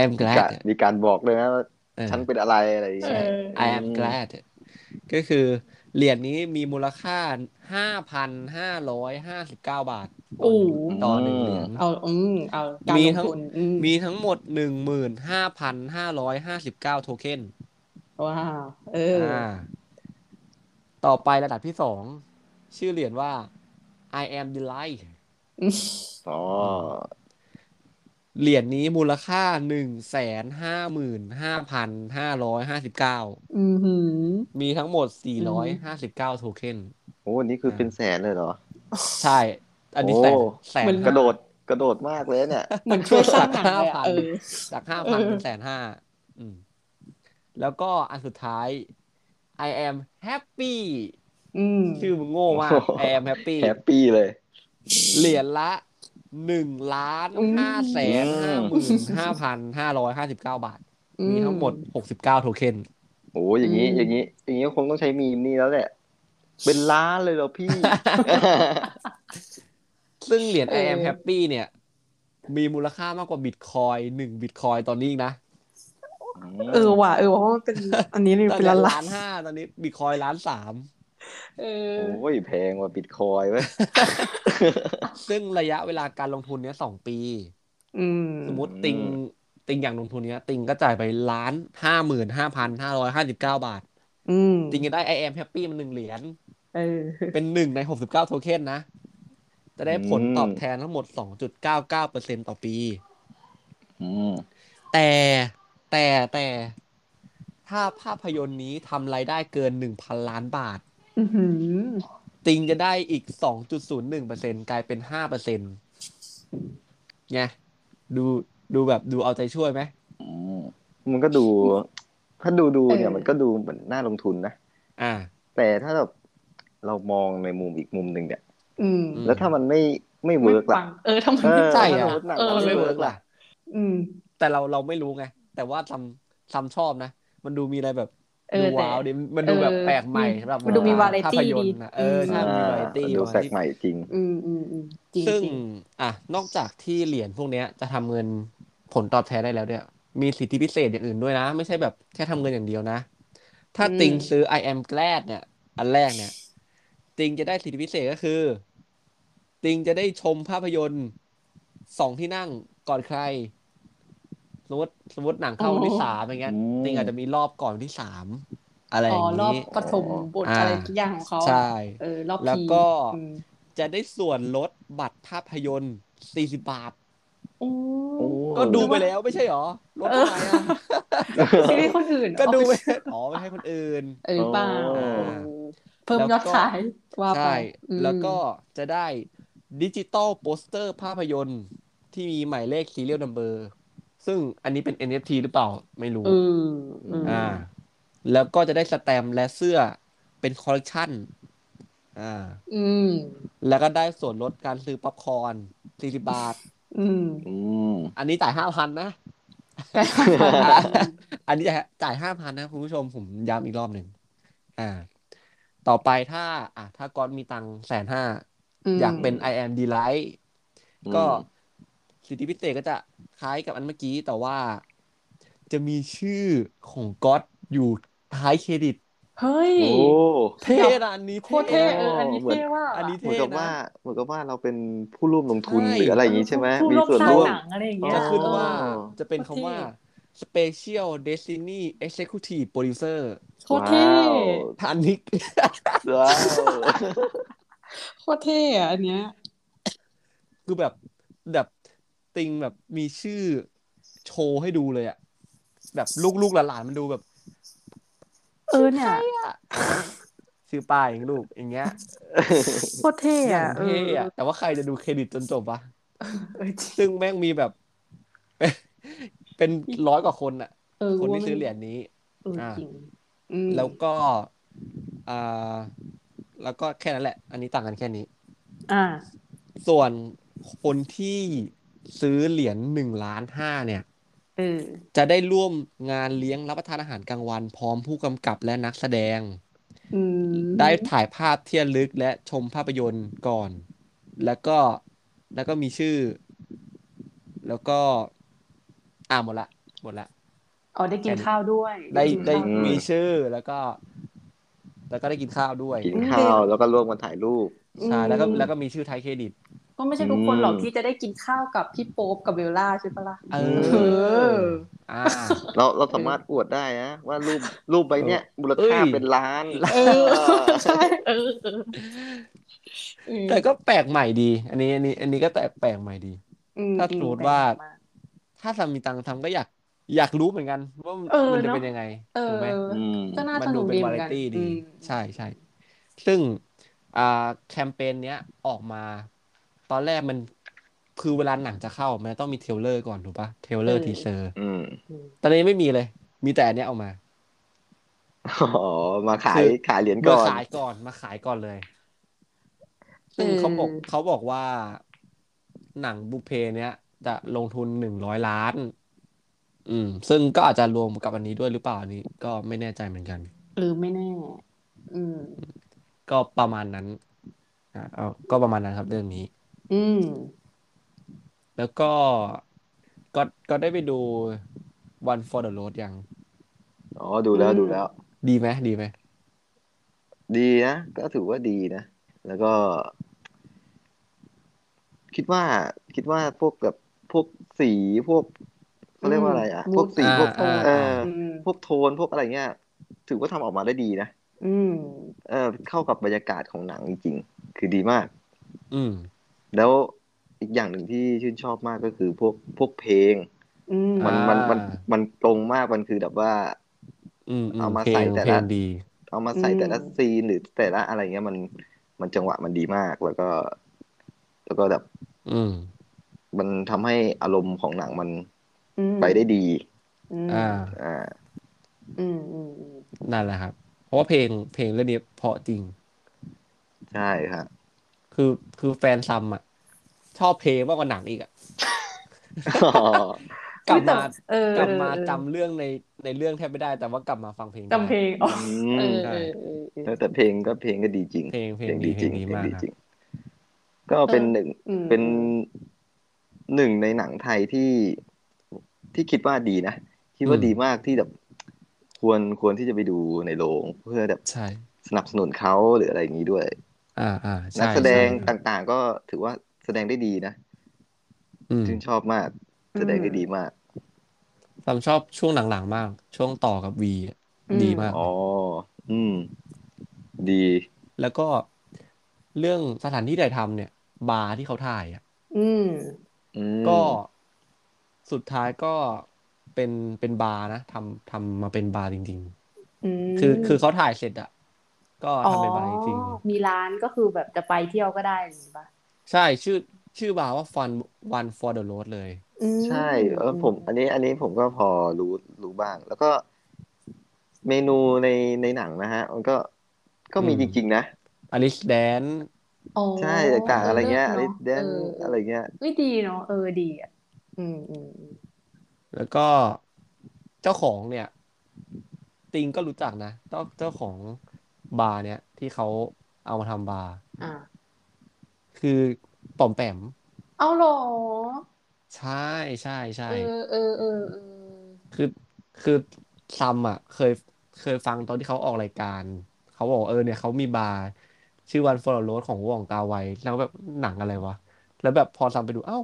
S2: I am
S4: มี
S2: glad
S4: การมีการบอกเลยนะว่า
S2: เออ
S4: ฉันเป็นอะไรอะไรอย่าง
S3: เอ
S4: เงี้ย
S3: อ
S2: I am glad ก็คือเหรียญนี้มีมูลค่าห้าพันห้าร้อยห้าสิบเก้าบาท
S3: โอ้โห
S2: ต่อหนึ่งเหรียญ
S3: เอาอืมเอาการ
S2: มี
S3: ลง
S2: ทั้ง
S3: ทุนอืม
S2: มีทั้งหมดหนึ่งหมื่นห้าพันห้าร้อยห้าสิบเก้าโทเค็น
S3: ว้าวเอออ
S2: ่า ต่อไประดับที่สอง ชื่อเหรียญว่า I am delight
S4: อ๋อ
S2: เหรียญนี้มูลค่าหนึ่งแสนห้าหมื่นห้าพันห้าร้อยห้าสิบเก้า
S3: อืมหือ
S2: มีทั้งหมดสี่
S3: อื
S2: ร้อย
S3: ม
S2: ห้าสิบเก้าโทเค็น
S4: โอ้อันนี้คือ
S2: อ่า
S4: เป็นแสนเลยเหรอ
S2: ใช่ อันนี้
S4: โอ้
S2: แสนแสน
S3: มัน
S2: ห้าก
S4: ระโดดกระโดดมากเลยเนี่ย
S3: เหมือนช่วยสร้างหนังเลยอะเออ
S2: จากห้าพัน
S3: เออ
S2: เป็นแสนห้าอืมแล้วก็อันสุดท้าย I am happy
S3: อืม
S2: ชื่อมึงโง่มาก
S4: โอ้โห
S2: I am happy
S4: แฮปปี้เลย
S2: เหรียญละหนึ่งล้านห้าแสน
S4: อื
S2: ห้าม หมื่นห้าพันห้าร้อยห้าสิบเก้าบาท
S3: อื
S2: มีทั้งหมดหกสิบเก้าโทเค็น
S4: โอ้อย่างนี้
S3: อืม
S4: อย่างนี้ อย่างนี้คงต้องใช้มีมนี่แล้วแหละ เป็นล้านเลยเหรอพี่
S2: ซึ่งเหรียญ I am
S3: เออ
S2: happy เนี่ย มีมูลค่ามากกว่าบิตคอยหนึ่งบิตคอยตอนนี้อีกนะ
S3: เออว่ะเออว่ะเพราะมันเป็นอันนี้ นี่
S2: ตอน
S3: เป็น
S2: นี้
S3: ล้านล้า
S2: ล้าน นห้าตอนนี้บิตคอยล้านสาม
S3: เออ
S4: โอ้ยแพงกว่าบิตคอย เว้ย
S2: ซึ่งระยะเวลาการลงทุนเนี้ยสองปี
S3: อืม
S2: สมมติติงติงอย่างลงทุนเนี้ย ติงก็จ่ายไปล้านห้าหมื่นห้าพันห้าร้อยห้าสิบเก้าบาท
S3: อืม
S2: ติงจะได้ I am happy มันหนึ่งเหรียญ
S3: เอ อ
S2: เป็นหนึ่งในหกสิบเก้าโทเค็นนะ จะได้ผล
S4: อืม
S2: ตอบแทนทั้งหมดสองจุดเก้าเก้าเปอร์เซ็นต่อปี
S4: อืม
S2: แต่แต่แต่ถ้าภาพยนตร์นี้ทำรายได้เกินหนึ่งพันล้านบาท
S3: อือหือ
S2: ติงจะได้อีกสองจุดศูนย์หนึ่งเปอร์เซ็นกลายเป็นห้าเปอร์เซ็นต์ไงดูดูแบบดูเอาใจช่วยไหม
S4: อืมมันก็ดู ถ้าดูดูๆเนี่ยมันก็ดูเหมือนน่าลงทุนนะ
S2: อ่า
S4: แต่ถ้าแบบเรามองในมุมอีกมุมหนึ่งเนี่ย
S3: อืม
S2: อืม
S4: แล้วถ้ามันไม่ไม่เวิร์ก
S3: ไม่
S4: ล่ะ
S3: ปังเออทำไม
S4: เอ
S3: ไม่
S4: อ
S2: ใช่
S3: จ่าย
S2: อะ
S3: อ่ะ
S4: หนัง
S3: เออ
S4: มันไม่
S2: ไม่
S4: เวิ
S2: เวิ
S4: ร์
S2: ร์
S4: ก
S2: ก
S4: ล่ะ
S2: ล่ะ
S3: อืม
S2: แต่เราเราไม่รู้ไง แต่ว่าซัมซัมชอบนะ มันดูมีอะไรแบบ
S3: เอ
S2: ดู
S3: อแต่
S2: ว้าวดิมันดูแบบ
S3: เออ
S2: แปลกใหม่
S3: มี
S2: สำหรับ
S3: มันดูมี
S2: วงก
S3: variety
S2: ภาพยนตร์นะ
S3: ดี
S2: เออใช่
S3: อืม
S2: มันมีวาไรตี้
S4: ดูแปลกใหม่จริง
S3: อืมอืมอืมจริง
S2: ซึ่ง
S3: จริง
S2: อ่ะนอกจากที่เหรียญพวกเนี้ยจะทำเงินผลตอบแทนได้แล้วเนี่ยมีสิทธิพิเศษอย่างอื่นด้วยนะ ไม่ใช่แบบแค่ทำเงินอย่างเดียวนะ ถ้าติงซื้อ I am glad เนี่ย อันแรกเนี่ย ติงจะได้สิทธิพิเศษก็คือ ติงจะได้ชมภาพยนตร์สองที่นั่งก่อนใคร สมมติสมมติหนังเข้าวันที่สามอย่างเงี้ย
S4: อืม
S2: ติงอาจจะมีรอบก่อนวันที่สามอะไรอ
S3: อ๋อย่างรอบ
S2: นี้
S3: ปฐมบท
S2: อ่า
S3: อะไรทุกอย่างของเขา
S2: ใช่
S3: เออรอบ
S2: แล้ว
S3: พี
S2: ก็
S3: อืม
S2: จะได้ส่วนลดบัตรภาพยนตร์40 บาท
S3: โอ้
S4: โอ้
S2: ก็ดูไปแล้วไม่ใช่หรอ ลด
S3: เอ
S2: ทำไมอ่ะ
S3: อซีรีส์คนอื่น
S2: ก็ดูไป
S3: เอาไป
S2: อ๋อไม่ให้คนอื่น
S3: เออเปล่า
S2: อ่า
S3: เพิ่มยอด
S2: แล้วก็
S3: ขายว่าไป
S2: ใช่
S3: อืม
S2: แล้วก็จะได้ดิจิตอลโปสเตอร์ภาพยนตร์ที่มีหมายเลข serial number ซึ่งอันนี้เป็น NFT หรือเปล่า ไม่รู้
S3: เอออืม
S2: อ่า แล้วก็จะได้สแตมป์และเสื้อเป็นคอลเลกชันอ่า
S3: อืม
S2: แล้วก็ได้ส่วนลดการซื้อป๊อปคอร์น40 บาท
S3: อื ม
S4: อืม
S2: อันนี้จ่ายห้าพันนะ
S3: แต่
S2: อันนี้จ่ายจ่ายห้าพันนะคุณผู้ชมผมย้ำอีกรอบหนึ่ง อ่า ต่อไปถ้า อ่ะถ้าก้อนมีตังแสนห้า อยากเป็น I am delight
S4: อืม
S2: ก็สิทธิพิเศษก็จะคล้ายกับอันเมื่อกี้ แต่ว่าจะมีชื่อของก๊อตอยู่ท้ายเครดิต
S3: เฮ้ย
S4: โอ้
S2: เท่นะอันนี้
S3: โคตรเท่เอออันนี้เท่ว่า
S2: อันนี้
S4: เหมือ
S2: เท่
S4: นกับว่า
S2: นะ
S4: เหมือนกับว่าเราเป็นผู้ร่วมลงทุน
S2: ใช่
S4: หรืออะไรอย่างนี้ใช่ไหมมีส่วน
S3: สร้าง
S4: ร่วม
S3: หนังอะไรอย่างเงี้ย
S2: จะขึ้นว่า
S4: อ๋อ
S2: จะเป็นคำว่า Special Destiny Executive Producer
S3: โคตรเท่
S4: ว้าว
S2: ท่านนี้
S4: ว้ าว
S3: โคตรเท่อะอันเนี้ย
S2: คือแบบแบบติงแบบมีชื่อโชว์ให้ดูเลยอะแบบลูกลูกหลานๆมันดูแบบ
S3: เออเนี่ย
S2: ชื่อป้ายอย่างลูกอย่างเงี้ย
S3: โคตรเท่
S2: อย่าง
S3: อะ
S2: เท่อะแต่ว่าใครจะดูเครดิตจนจบวะ
S3: เออจริง
S2: ซึ่งแม่งมีแบบ เป็นร้อยกว่าคนอะ
S3: เออ
S2: คน
S3: ว่า
S2: ที่ซื้อเหรียญนี้
S3: เออจริงอืม
S2: แล้วก็อ่าแล้วก็แค่นั้นแหละ อันนี้ต่างกันแค่นี้
S3: อ่า
S2: ส่วนคนที่ซื้อเหรียญหนึ่งล้านห้าเนี่ย
S3: เออ
S2: จะได้ร่วมงานเลี้ยงรับประทานอาหารกลางวัน พร้อมผู้กำกับและนักแสดง
S3: อืม
S2: ได้ถ่ายภาพเที่ระลึกและชมภาพยนตร์ก่อน แล้วก็แล้วก็มีชื่อ แล้วก็ อ่าหมดละหมดละ
S3: อ๋อได้กินข้าวด้วย
S2: ได้
S3: กิน
S2: ได้
S3: ข้าว
S4: อื
S2: มีชื่อแล้วก็ แล้วก็ได้กินข้าวด้วย
S4: กินข้าวแล้วก็ร่วมกันถ่ายรูป
S2: ใช่แล้วก็
S3: อืม
S2: แล้วก็มีชื่อไทยเครดิต
S3: ก็ไม่ใช่ทุกคนหรอก
S4: อืม
S3: ที่จะได้กินข้าวกับพี่โป๊ปกับเบลล่าใช่ปะล่ะ
S2: เอ
S3: เอ
S2: อ
S3: อ
S2: อ่า
S4: เราเราสามารถอวดได้นะ ว่ารูปรูปใบเนี้ยมูลค่า
S2: เอ้ย
S4: เป็นล้าน
S3: เออใช่เออเออเออ
S2: แต่ก็แปลกใหม่ดี อันนี้อันนี้ อันนี้ก็แต่แปลกใหม่ดี
S3: อืม
S2: ถ้าสมมติว่า
S3: แปลกมก
S2: ถ้าสามีตังค์ทำก็อยากอยากรู้เหมือนกัน ว่ามัน
S3: เออ
S2: มันจะ
S3: เนอะ
S2: เป็นยังไง
S3: เอ
S2: ถูกไหม
S3: อ
S4: อืม
S3: ก็น่า
S2: มั
S3: ส
S2: ดู
S3: นุก
S2: เป็น
S3: ดีเห
S2: วา
S3: มือ
S2: ไร
S3: นกัน
S2: ตี้
S3: อื
S2: ดี
S3: ม
S2: ใช่ใช่ ซึ่งอ่าแคมเปญเนี้ยออกมา ตอนแรกมันคือเวลาหนังจะเข้า มันต้องมีเทรลเลอร์ก่อนถูกปะเทรลเลอร์ทีเซอร์
S4: อืม
S3: อืม
S2: ตอนนี้ไม่มีเลย มีแต่อันเนี้ยออกมา
S4: อ๋อมาขาย
S2: คือ
S4: ขายเหรียญ
S2: มา
S4: ก่อน
S2: ขายก่อนมาขายก่อนเลย ซึ่งเขาบอกเขาบอกว่า หนังบุพเพเนี้ยจะลงทุนหนึ่งร้อยล้าน อืม ซึ่งก็อาจจะรวมกับอันนี้ด้วยหรือเปล่าอันนี้ ก็ไม่แน่ใจเหมือนกัน
S3: หรือไม่แน่ อืม
S2: ก็ประมาณนั้นอ่ะเอาก็ประมาณนั้นครับเรื่องนี้
S3: อืม
S2: แล้วก็ก็ก็ได้ไปดู One for the Road ยัง
S4: อ๋อดูแล้ว
S3: อืม
S4: ดูแล้ว
S2: ดีไหมดีไหม
S4: ดีนะก็ถือว่าดีนะ แล้วก็ คิดว่า คิดว่าพวกแบบพวกสีพวกเขาเรียกว่าอะไรอ่ะ
S3: อืม
S4: พวกสีพวก
S2: อ่า
S4: เอ
S2: อ่า
S4: อ
S3: อืม
S4: พวกโทนพวกอะไรเงี้ย ถือว่าทำออกมาได้ดีนะ
S3: อืม
S4: เออ เข้ากับบรรยากาศของหนังจริงๆคือดีมาก
S2: อืม
S4: แล้วอีกอย่างหนึ่งที่ชื่นชอบมากก็คือพวกพวกเพลง
S3: อืม
S4: มัน
S2: อ่ามั
S4: มันมันมันตรงมากมันคือแบบว่า
S2: อืมอื
S4: เอา
S2: ม
S4: มา
S2: เพล
S4: ใส่
S2: ง
S4: แต่
S2: เพล
S4: ละ
S2: งดี
S4: เอามาใส่แต่ละซีนหรือแต่ละอะไรเงี้ยมันมันจังหวะมันดีมากแล้วก็ แล้วก็แบบ
S2: อืม
S4: มันทำให้อารมณ์ของหนังมัน
S3: อืม
S4: ไปได้ดี
S3: อืม
S2: อ่า
S4: อ่า
S3: อืมอืมอืม
S2: นั่นแหละครับ เพราะว่าเพลงเพลงเรื่องนี้เพราะจริง
S4: ใช่ ครับ
S2: คือคือแฟนซัมอ่ะ ชอบเพลงมากกว่าหนังอีกอ่ะ กลับ
S3: อุ๊ยแต่
S2: มา
S3: เออก
S2: ลับมา
S3: เออ
S2: จำเรื่องในในเรื่องแทบไม่ได้แต่ว่ากลับมาฟังเพลงได้
S3: จำเพลงอ๋อ
S4: อื
S3: เอ
S4: ม
S3: อเออเออเออ
S4: แล้วแต่เพลงก็เพลงก็ดีจริง
S2: เพลงเพลงดีเพลงดีมากครับ
S4: ก็เป็นหนึ่ง
S3: อืม
S4: เป็นหนึ่งในหนังไทยที่ที่คิดว่าดีนะคิดว่า
S2: อืม
S4: ดีมากที่แบบ ควรควรที่จะไปดูในโรงเพื่อแบบ
S2: ใช่
S4: สนับสนุนเขาหรืออะไรอย่างนี้ด้วย
S2: อ่าอ่าใช่
S4: นักแสดง
S2: ใช่
S4: ต่างๆ ก็ถือว่าแสดงได้ดีนะ
S2: อืม
S4: ชื่นชอบมาก แสดงได้ดีมาก
S2: ผมชอบช่วงหลังๆมาก ช่วงต่อกับวีอะ
S3: อืม
S2: ดีมาก
S4: อ๋ออืม ดี
S2: แล้วก็เรื่องสถานที่ถ่ายทำเนี่ย บาร์ที่เขาถ่ายอ่ะ
S3: อืม
S4: อืม
S2: ก็สุดท้ายก็เป็นเป็นบาร์นะทำทำมาเป็นบาร์จริง
S3: อืม
S2: ๆ คือคือเขาถ่ายเสร็จอ่ะก็ทำเป็นบาร์จริง
S3: อ๋อมีร้านก็คือแบบจะไปเที่ยวก็ได้หรือเปล่า
S2: ๆใช่ชื่อชื่อบาร์ว่า Fun One for the Road เลย
S3: อืม
S4: ใช่เออผม อันนี้ อันนี้ผมก็พอรู้รู้บ้าง แล้วก็ เมนูในในหนังนะฮะ มันก็ก็มี
S2: อืม
S4: จริง ๆ นะ
S2: Alice Dance
S3: อ๋อ
S4: ใช่ต่างๆอะไรเงี้ย
S3: อ
S4: อะไร
S3: ลิศ
S4: แด
S3: เน
S4: น
S3: อะเออ
S4: อะไรเงี้ย
S3: เอ้ยดีเนาะเออดีอ่ะอืมอืมอืม
S2: แล้วก็เจ้าของเนี่ย ติงก็รู้จักนะเจ้าเจ้าของบาร์เนี่ย ที่เขาเอามาทำบาร์
S3: อ่ะ
S2: คือป่อมแปม
S3: เอาเหรอ
S2: ใช่ใช่ใช่
S3: เออเออเออเออ
S2: คือคือซัมอ่ะ เคยเคยฟังตอนที่เขาออกรายการ เขาบอกเออเนี่ยเขามีบาร์ชื่อวันฟอร์โรสของวงกาไวแล้วแบบหนังอะไรวะ แล้วแบบพอซัมไปดูเอ้า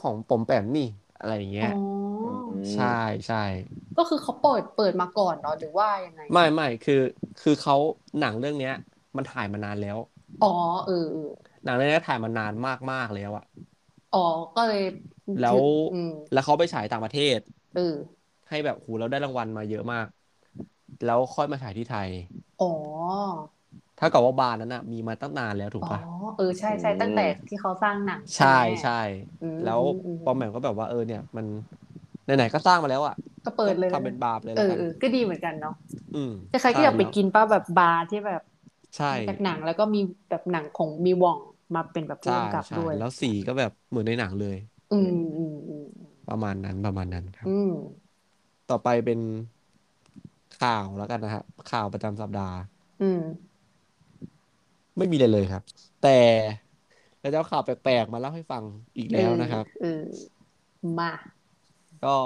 S2: ของป่อมแปมนี่ อะไรอย่างเงี้
S3: อ๋
S2: ย
S3: อ
S2: ใช่ ใช่
S3: ก็คือเขาเปิดเปิดมาก่อนเนาะหรือว่ายังไง
S2: ไม่ไม่คือคือเขาหนังเรื่องเนี้ย มันถ่ายมานานแล้ว
S3: อ๋อเออเออ
S2: หนังเรื่องเนี้ยถ่ายมานานมากๆแล้วอะ
S3: อ๋อก็เลย
S2: แล้ว
S3: อืม
S2: แล้วเขาไปฉายต่างประเทศ
S3: เออ
S2: ให้แบบหูเราได้รางวัลมาเยอะมาก แล้วค่อยมาฉายที่ไทย
S3: อ๋อ
S2: ถ้ากับว่าบาร์นั้นอ่ะ มีมาตั้งนานแล้วถูก
S3: อ๋อ
S2: ปะ
S3: เออใช่ใช่
S4: อืม
S3: ตั้งแต่ที่เขาสร้างหนัง
S2: ใช่
S3: ไหม
S2: ใช่
S3: อืม
S2: แล้ว
S3: อืม
S2: ปอมแหม่มก็แบบว่าเออเนี่ย มันไหนๆก็สร้างมาแล้วอ่ะ
S3: ก็เปิดเลย
S2: ทำเป็นบาร์เลย
S3: เอ
S2: แล้ว
S3: อ
S2: กัน
S3: เออก็ดีเหมือนกันเนาะ
S2: อืม
S3: แต่ใครก็อยากไปกินป้าแบบบาร์ที่แบบ
S2: ใช่
S3: จากหนังแล้วก็มีแบบหนังของมีวองมาเป็นแบบร่
S2: ใช่
S3: วมกับ
S2: ใช่
S3: ด้วย
S2: แล้วสีก็แบบเหมือนในหนังเลย
S3: อืมอืมอืม
S2: ประมาณนั้นประมาณนั้นครับ
S3: อืม
S2: ต่อไปเป็นข่าวแล้วกันนะฮะข่าวประจำสัปดาห์
S3: อืม
S2: ไม่มีอะไรเลยครับ แต่เราจะเอาข่าวแปลกๆมาเล่าให้ฟังอีกแล้วนะครับ
S3: เออเออมา
S2: ก็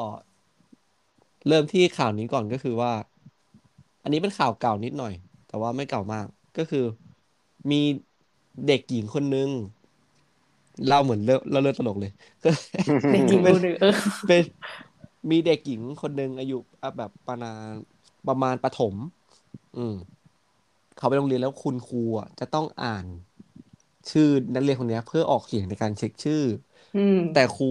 S2: เริ่มที่ข่าวนี้ก่อนก็คือว่า อันนี้เป็นข่าวเก่านิดหน่อย แต่ว่าไม่เก่ามากก็คือ มีเด็กหญิงคนนึงเล่าเหมือนเล่าเล่าเรื่องตลกเลยก็
S3: เด็กหญิง
S2: เป็น
S3: คนหนึ่งเออ
S2: เป็นมีเด็กหญิงคนหนึ่งอายุอ่ะแบบประมาณประมาณประถม อืม เขาไปโรงเรียนแล้วคุณครูอ่ะจะต้องอ่าน ชื่อนักเรียนคนเนี้ย เพื่อออกเสียงในการเช็คชื่อ
S3: อืม
S2: แต่ครู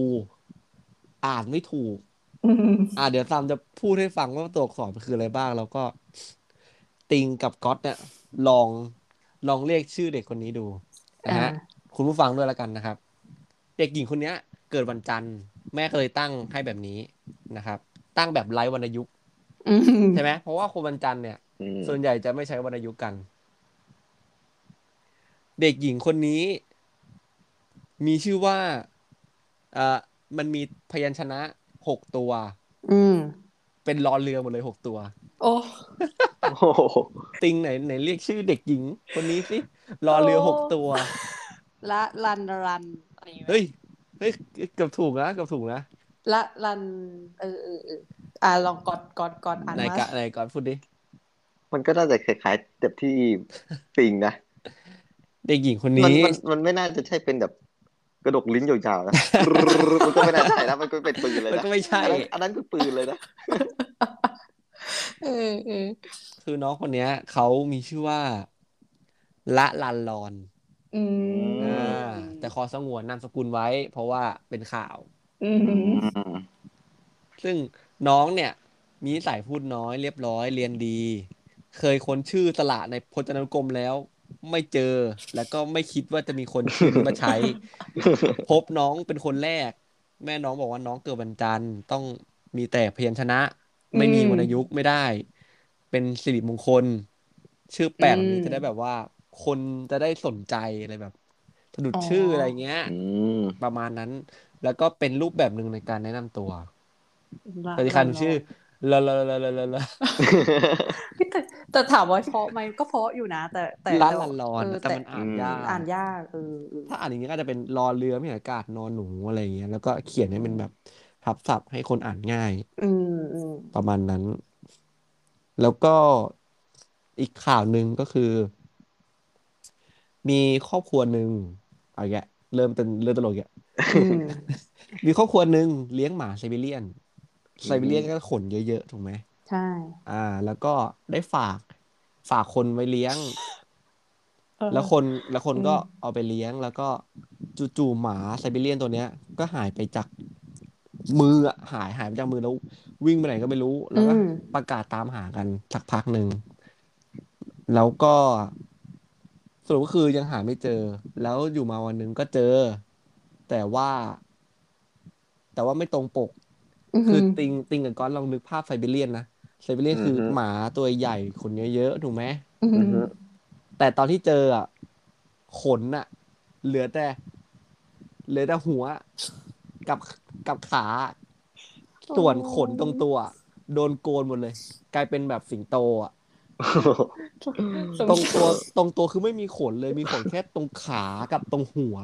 S2: อ่านไม่ถูก
S3: อืม
S2: อ่าเดี๋ยวซามจะพูดให้ฟังว่าตัวอักษรมันคืออะไรบ้าง แล้วก็ ติงกับก๊อตเนี่ยลองลองเรียกชื่อเด็กคนนี้ดูนะ
S3: อ่า
S2: ฮะ คุณผู้ฟังด้วยละกันนะครับ เด็กหญิงคนเนี้ย เกิดวันจันทร์แม่ก็เลยตั้งให้แบบนี้นะครับ ตั้งแบบไร้วรรณยุกต์
S3: อืม
S2: ใช่ไหมเพราะว่าคนวันจันทร์เนี่ย
S4: อืม
S2: ส่วนใหญ่จะไม่ใช้วรรณยุกต์กัน เด็กหญิงคนนี้ มีชื่อว่าเอ่อมันมีพยัญชนะหกตัว
S3: อืม
S2: เป็นรอเรือหมดเลยหกตัว
S3: โอ้
S4: โอ้โห
S2: ติงไหนไหนเรียกชื่อเด็กหญิง คนนี้สิรอเรือ
S3: โอ้
S2: หกตัว
S3: ละลันรันอะไรอย่างเงี้ย
S2: เฮ้ยเฮ้ยเกือบถูกนะเกือบถูกนะ
S3: ละลัน เออเออเอออ่าลองกอดกอดกอดอ่าน
S2: นา
S3: มาก
S2: ยะนายก่อนพูดดิ
S4: มันก็น่าจะคล้ายๆแบบที่ติงนะ
S2: เด็กหญิงคน
S4: มัน
S2: นี้
S4: มันมันไม่น่าจะใช่เป็นแบบกระดกลิ้นยาวๆนะ มันก็ไม่น่าใช่นะมันก็เป็นปืนเลย
S2: มัน
S4: นะ
S2: ก็ไม่ใช่
S4: อันนั้นอันนั้นคือปืนเลยนะ
S3: เออเออ
S2: คือน้องคนเนี้ยเขามีชื่อว่า ละลันลอน
S3: อืม
S2: อ่าแต่ขอสงวนนามสกุลไว้ เพราะว่าเป็นข่าว
S3: อืม
S2: ซึ่งน้องเนี่ย มีนิสัยพูดน้อยเรียบร้อยเรียนดี เคยค้นชื่อสระในพจนานุกรมแล้ว ไม่เจอ แล้วก็ไม่คิดว่าจะมีคนชื่อนี้มาใช้ พบน้องเป็นคนแรก แม่น้องบอกว่าน้องเกิดวันจันทร์ต้องมีแต่พยัญชนะ ไม่มีวรรณยุกต์ไม่ได้ เป็นสิริมงคล ชื่อแปลกแบบนี้จะได้แบบว่า คนจะได้สนใจอะไรแบบสะดุดชื่ออะไรเงี้ย
S4: อืม
S2: ประมาณนั้น แล้วก็เป็นรูปแบบหนึ่งในการแนะนำตัว
S3: ละ
S2: สวัสดีค่ะหนูชื่อลาลาลาลาลาลา
S3: แต่แต่ถามว่าเพราะไหมก็เพราะอยู่นะ แต่แต่
S2: ละลันลอน
S3: เ
S2: แต่มันอ่านยาก
S3: อ่านยากเออเออ
S2: ถ้าอ่านอย่างนี้ก็อาจจะเป็นรอเรือไม่อากาศนอนหนูอะไรอย่างเงี้ยแล้วก็เขียนให้มันแบบทับศัพท์ให้คนอ่านง่าย
S3: อืมอืม
S2: ประมาณนั้น แล้วก็อีกข่าวหนึ่งก็คือ มีครอบครัวหนึ่งเอาแกแล้วเริ่มเป็นเรื่องตลกอีกแล้ว
S3: อืม
S2: มีครอบครัวหนึ่งเลี้ยงหมาไซบีเรียนไซบีเรียนก็ขนเยอะๆถูกไหม
S3: ใช่
S2: อ่า แล้วก็ได้ฝากฝากคนไว้เลี้ยง
S3: เออ
S2: แล้วคนแล้วคน
S3: อืม
S2: ก็เอาไปเลี้ยงแล้วก็จู่ๆหมาไซบีเรียนตัวเนี้ย ก็หายไปจากมืออะหายหายไปจากมือแล้ว วิ่งไปไหนก็ไม่รู้ แล้วก็
S3: อืม
S2: ประกาศตามหากันสักพักหนึ่ง แล้วก็สรุปก็คือยังหาไม่เจอ แล้วอยู่มาวันหนึ่งก็เจอ แต่ว่า แต่ว่าไม่ตรงปก คือ
S3: ม
S2: ติงติงกับก้อนลองนึกภาพไซบีเรียนนะไซบีเรียนคือหมาตัวใหญ่ขนเยอะๆถูกไหม
S3: อืม
S2: แต่ตอนที่เจออ่ะขนอ่ะ เหลือแต่ เหลือแต่หัวกับกับขา ส่วนขนตรงตัว โดนโกนหมดเลย กลายเป็นแบบสิงโตอ่ะ
S3: สง
S2: ตรง
S3: สาร
S2: ตัวตรงตัวคือไม่มีขนเลยมีขนแค่ตรงขากับตรงหัว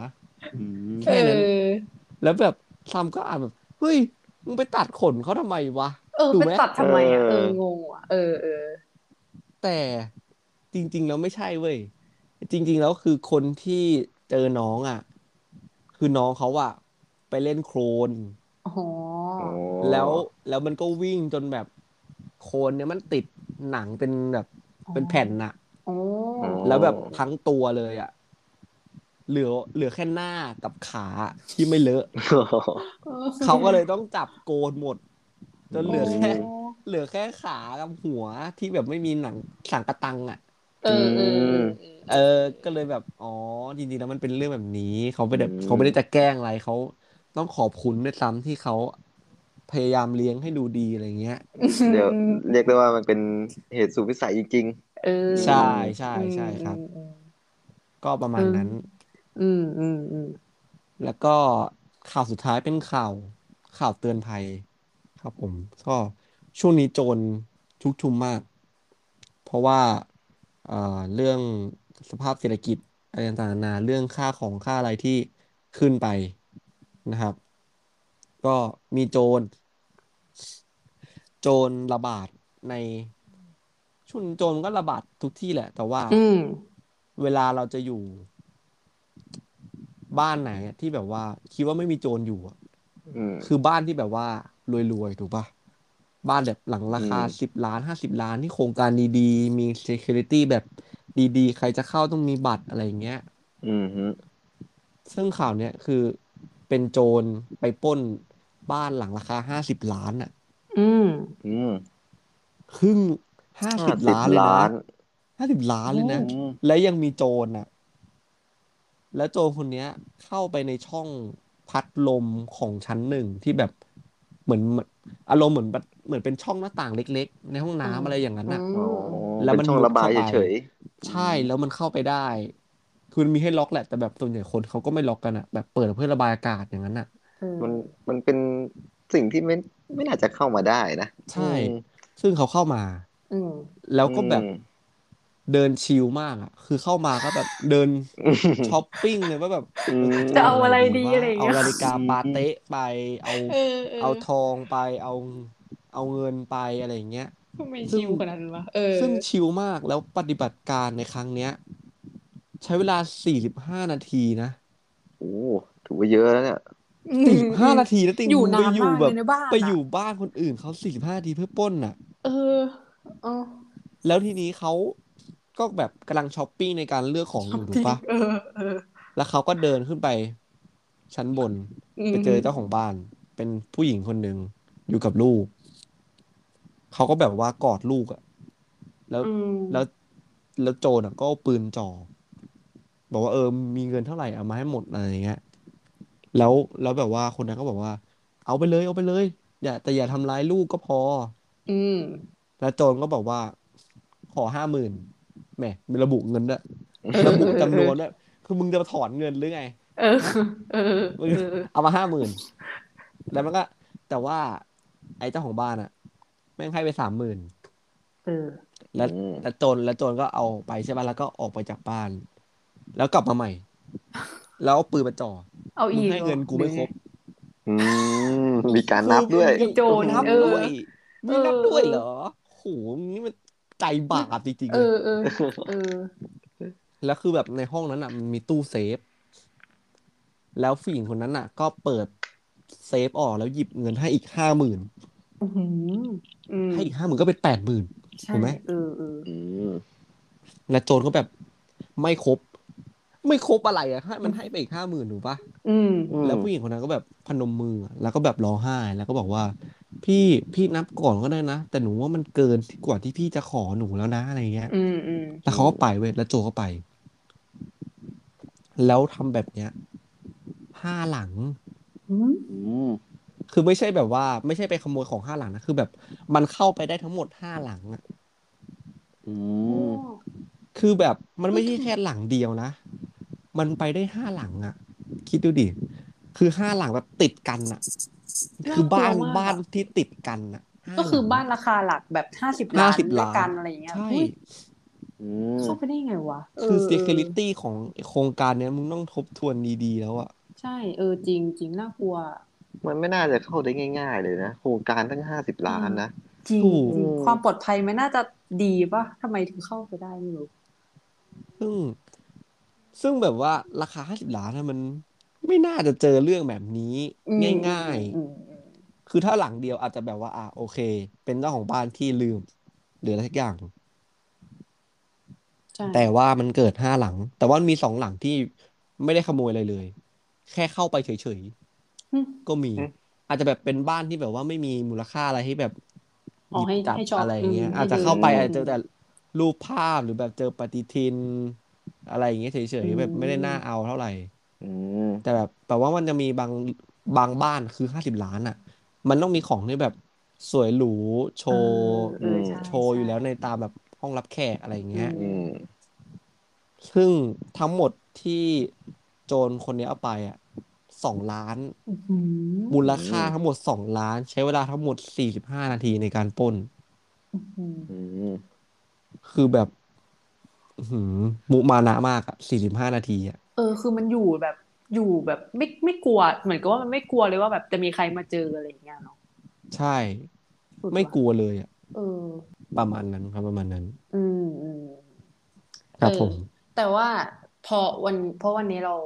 S2: แค่นั้น
S3: เออ
S2: แล้วแบบซัมก็อ่านแบบเฮ้ยมึงไปตัดขนเขาทำไมวะ
S3: เออ
S2: ถูก
S3: ไป
S2: ไหม
S3: ตัดทำไมอ่ะเอองงอ่ะเออเออ
S2: แต่จริง ๆ แล้วไม่ใช่เว้ย จริง ๆ แล้วคือคนที่เจอน้องอ่ะ คือน้องเขาอ่ะ ไปเล่นโคลน
S3: อ๋อ
S2: แล้วแล้วมันก็วิ่งจนแบบโคลนเนี่ยมันติดหนังเป็นแบบเป็นแผ่นน่ะ
S3: โอ้
S2: แล้วแบบทั้งตัวเลยอ่ะ เหลือเหลือแค่หน้ากับขาที่ไม่เลอะ เขาก็เลยต้องจับโกนหมด จนเหลือแค่
S4: โอ้
S2: เหลือแค่ขากับหัวที่แบบไม่มีหนังสังกะตังอ่ะ
S3: เออเออเออ
S2: เออ ก็เลยแบบ อ๋อ จริงๆ แล้วมันเป็นเรื่องแบบนี้ เขาไม่ได้
S4: อืม
S2: เขาไม่ได้จะแกล้งอะไร เขาต้องขอบคุณด้วยซ้ำที่เขา พยายามเลี้ยงให้ดูดีอะไรเงี้ย
S4: เดี๋ยวเรียกได้ว่ามันเป็นเหตุสู่วิสัยจริง
S3: เออ
S2: ใช่ใช่ใช่ครับ
S3: อืม
S2: ก็ประมาณ
S3: อืม
S2: นั้น
S3: อืมอืมอืม
S2: แล้วก็ข่าวสุดท้ายเป็นข่าวข่าวเตือนภัย ครับผมก็ช่วงนี้โจรชุกชุมมาก เพราะว่าเอ่อเรื่องสภาพเศรษฐกิจอะไรต่างๆนานาเรื่องค่าของค่าอะไรที่ขึ้นไปนะครับ ก็มีโจร โจรระบาดในช่วงนี้โจรมันก็ระบาดทุกที่แหละ แต่ว่า
S3: อืม
S2: เวลาเราจะอยู่ บ้านไหนอะที่แบบว่า คิดว่าไม่มีโจรอยู่อะ
S4: ๆ อืม
S2: คือบ้านที่แบบว่ารวยๆถูกปะบ้านแบบหลังราคา
S4: อืม
S2: สิบล้านห้าสิบล้านที่โครงการดีๆ มี security แบบดีๆ ใครจะเข้าต้องมีบัตรอะไรอย่างเงี้ย
S4: อืมฮึ
S2: ซึ่งข่าวเนี้ยคือเป็นโจรไปปล้นบ้านหลังราคาห้าสิบล้านอะ
S3: อืม
S4: อืม
S2: ครึ่งห้าสิบ
S4: 50
S2: ล้านเลยนะ
S4: ล้าน
S2: ห้าสิบล้านเลยนะ
S4: อืม
S2: และยังมีโจรอ่ะ แล้วโจรคนเนี้ย เข้าไปในช่องพัดลมของชั้นหนึ่งที่แบบเหมือนอารมณ์เหมือนแบบเหมือนเป็นช่องหน้าต่างเล็ก ๆ ในห้องน้ำอะไรอย่างนั้น
S3: อื
S2: อ่ะ
S4: อ๋อ
S3: ม
S2: แล้วมัน
S4: เป็นช่องระบาย
S2: มุดเข้าไป
S4: เฉยๆ
S2: ใช่แล้วมันเข้าไปได้ คือมันมีให้ล็อกแหละ แต่แบบส่วนใหญ่คนเขาก็ไม่ล็อกกันอ่ะ แบบเปิดเพื่อระบายอากาศอย่างนั้นอ่ะ
S3: อืม
S4: มันมันเป็นสิ่งที่ไม่ไม่น่าจะเข้ามาได้นะ
S2: ใช่ ซึ่งเขาเข้ามา
S3: อืม
S2: แล้วก็แบบ
S4: อืม
S2: เดินชิลมากอ่ะ คือเข้ามาก็แบบเดินช้อปปิ้งเลยว่าแบบ
S4: อืม
S3: จะเอาอะไรดีอะไรอย่าง
S2: เอา
S3: เงี้ย
S2: นาฬิกาปาเต๊ะไป เอา
S3: เออเอ
S2: เอา
S3: อ
S2: ทองไป เอา เอาเงินไปอะไรอย่างเงี้ย
S3: ทำไม
S2: ซึ่ง
S3: ชิวขนาดนั้นวะเออ
S2: ซึ่งชิลมากแล้วปฏิบัติการในครั้งเนี้ย ใช้เวลา 45 นาทีนะ
S4: โอ้ถือว่าเยอะแล้วเนี่ย
S2: สี่สิบห้านาทีแล้วติง
S3: อยู่นาน
S2: ไปอยู่
S3: มา
S2: แบ
S3: กเล
S2: บ
S3: ยในบ้าน
S2: ไปอยู่
S3: ะ
S2: บ้านคนอื่นเขาสี่สิบห้านาทีเพื่อปล้นน่ะ
S3: เออเออ
S2: แล้วทีนี้เขาก็แบบกำลังช้อปปิ้งในการเลือกของอยู่ถูกปะ
S3: เออเออ
S2: แล้วเขาก็เดินขึ้นไป ชั้นบน
S3: อืม
S2: ไปเจอเจ้าของบ้าน เป็นผู้หญิงคนหนึ่งอยู่กับลูก เขาก็แบบว่ากอดลูกอ่ะ แล้ว
S3: อืม
S2: แล้วแล้วโจรอ่ะก็เอาปืนจ่อบอกว่าเออมีเงินเท่าไหร่เอามาให้หมดอะไรอย่างเงี้ย แล้วแล้วแบบว่าคนนั้นก็บอกว่า เอาไปเลยเอาไปเลย อย่าแต่อย่าทำร้ายลูกก็พอ
S3: อืม
S2: แล้วโจรก็บอกว่า ขอห้าหมื่นแหมมีระบุเงินด้วย
S3: เออ
S2: ระบุจำนวนด้วยคือมึงจะมาถอนเงินหรือไง
S3: เออเออ
S2: มึง
S3: เออ
S2: เอามาห้าหมื่นแล้วมันก็ แต่ว่า ไอ้เจ้าของบ้านอ่ะแม่งให้ไปสามหมื่น
S3: เออ
S2: แล้ว
S4: อืม
S2: แล้วโจรแล้วโจรก็เอาไปใช่ป่ะแล้วก็ออกไปจากบ้าน แล้วกลับมาใหม่ แล้วเอาปืนมาจ่อ
S3: เอา
S2: มึ
S3: อี
S2: ง
S3: ก
S2: ให้เงินกูไม่ครบ
S4: อืม มีการนับด้วย
S2: คือ
S3: โจร
S2: นับ
S3: เออ
S2: ด้วยไม่นับด้วยเหรอโหนี่มันใจบาปจริงๆ
S3: เอ
S2: เลย
S3: อเออเออ
S2: แล้วคือแบบในห้องนั้นอ่ะมันมีตู้เซฟ แล้วผู้หญิงคนนั้นอ่ะ ก็เปิดเซฟออกแล้วหยิบเงินให้อีกห้าหมื่น
S3: อืมอืม
S2: ให้อีกห้าหมื่นก็เป็นแปดหมื่น
S3: ใช่
S2: ถูกไหม
S3: เออเออ
S4: อืม
S2: และโจรก็แบบไม่ครบ ไม่ครบอะไรอ่ะให้มันให้ไปอีกห้าหมื่นถูกปะ
S3: อืม
S4: อืม
S2: แล้วผู้หญิงคนนั้นก็แบบพนมมือแล้วก็แบบร้องไห้แล้วก็บอกว่า พี่พี่นับก่อนก็ได้นะแต่หนูว่ามันเกินกว่าที่พี่จะขอหนูแล้วนะอะไรเงี้ย
S3: อืมอืม
S2: แล้วเขาก็ไปเว้ยแล้วโจก็ไป แล้วทำแบบเนี้ยห้าหลัง
S3: อืม
S4: อืม
S2: คือไม่ใช่แบบว่า ไม่ใช่ไปขโมยของห้าหลังนะคือแบบ มันเข้าไปได้ทั้งหมดห้าหลังอะ
S4: อื
S3: โอ้
S4: ม
S2: คือแบบมันไม่ใช่แค่หลังเดียวนะ มันไปได้ห้าหลังอะคิดดูดิคือห้าหลังแบบติดกันอะคือบ้าน
S3: กลัวมก
S2: บ้านที่ติดกันอะห้
S3: ก็คื
S2: ห
S3: อ
S2: ลัง
S3: บ้านราคาหลักแบบห้าสิบ
S2: ห้า
S3: ล้าน
S2: สิบ
S3: ด้วย
S2: ล้าน
S3: กันอะไรอย่างเงี้ย
S2: ใช่
S3: อุ๊ย
S4: อืม
S3: เข้าไปได้ไงวะเ
S2: คือ security ของโครงการเนี้ยมึงต้องทบทวนดีๆแล้วอะ
S3: ใช่เออจริงจริงน่ากลัว
S4: มันไม่น่าจะเข้าได้ง่าย ๆ เลยนะ โครงการตั้งห้าสิบล้านนะ
S3: จริง
S2: ถูก
S3: จริงความปลอดภัยมันน่าจะดีป่ะทำไมถึงเข้าไปได้ไม่รู้
S2: ซึ่ง ซึ่งแบบว่าราคาห้าสิบล้านนะมันไม่น่าจะเจอเรื่องแบบนี้
S3: อืม
S2: ง่าย
S3: อืมอืม
S2: ๆ คือถ้าหลังเดียวอาจจะแบบว่า อ่ะโอเค เป็นเจ้าของบ้านที่ลืม หรืออะไรสักอย่าง
S3: ใช่
S2: แต่ว่ามันเกิดห้าหลัง แต่ว่ามันมีสองหลังที่ไม่ได้ขโมยอะไรเลย แค่เข้าไปเฉย
S3: อืม
S2: ๆ ก็มี
S4: อืม
S2: อาจจะแบบเป็นบ้านที่แบบว่าไม่มีมูลค่าอะไรให้แบบ
S3: อ๋อให้
S2: จับ
S3: ให้ช็อป
S2: อะไรอย่างเงี้ย
S3: อืม
S2: อาจจะเข้าไป
S3: ให้
S2: อาจ
S3: ดู
S2: จะเจอแต่รูปภาพหรือแบบเจอปฏิทิน อะไรอย่างเงี้ยเฉย
S3: อื
S2: ๆ
S3: ม
S2: แบบไม่ได้น่าเอาเท่าไหร่
S4: อืม
S2: แต่แบบแต่ว่ามันจะมีบางบางบ้านคือห้าสิบล้านอ่ะ มันต้องมีของที่แบบสวยหรูโชว์
S3: เออเออใช่
S2: โชว์อยู่
S3: ใช่
S2: แล้วในตามแบบห้องรับแขกอะไรอย่างเงี้ย
S3: อื
S4: อืม
S2: ซึ่งทั้งหมดที่โจรคนนี้เอาไปอ่ะสองล้าน
S3: อื้อหือ
S2: มูลค่าทั้งหมดสองล้าน ใช้เวลาทั้งหมดสี่สิบห้านาทีในการปล้น
S3: อื้อหือ
S4: อืม
S2: คือแบบ อื้อหือมุมานะมากอะสี่สิบห้านาทีอะ
S3: เออ คือมันอยู่แบบอยู่แบบไม่ไม่กลัว เหมือนกับว่ามันไม่กลัวเลยว่าแบบจะมีใครมาเจออะไรอย่างเงี้ยเนาะ
S2: ใช่
S3: สุด
S2: ไม่
S3: ว่ะ
S2: กลัวเลยอะ
S3: เออ
S2: ประมาณนั้นครับประมาณนั้น
S3: อืมอืม
S2: ครับ
S3: เออ
S2: ผม
S3: แต่ว่าพอวันเพราะวันนี้เรา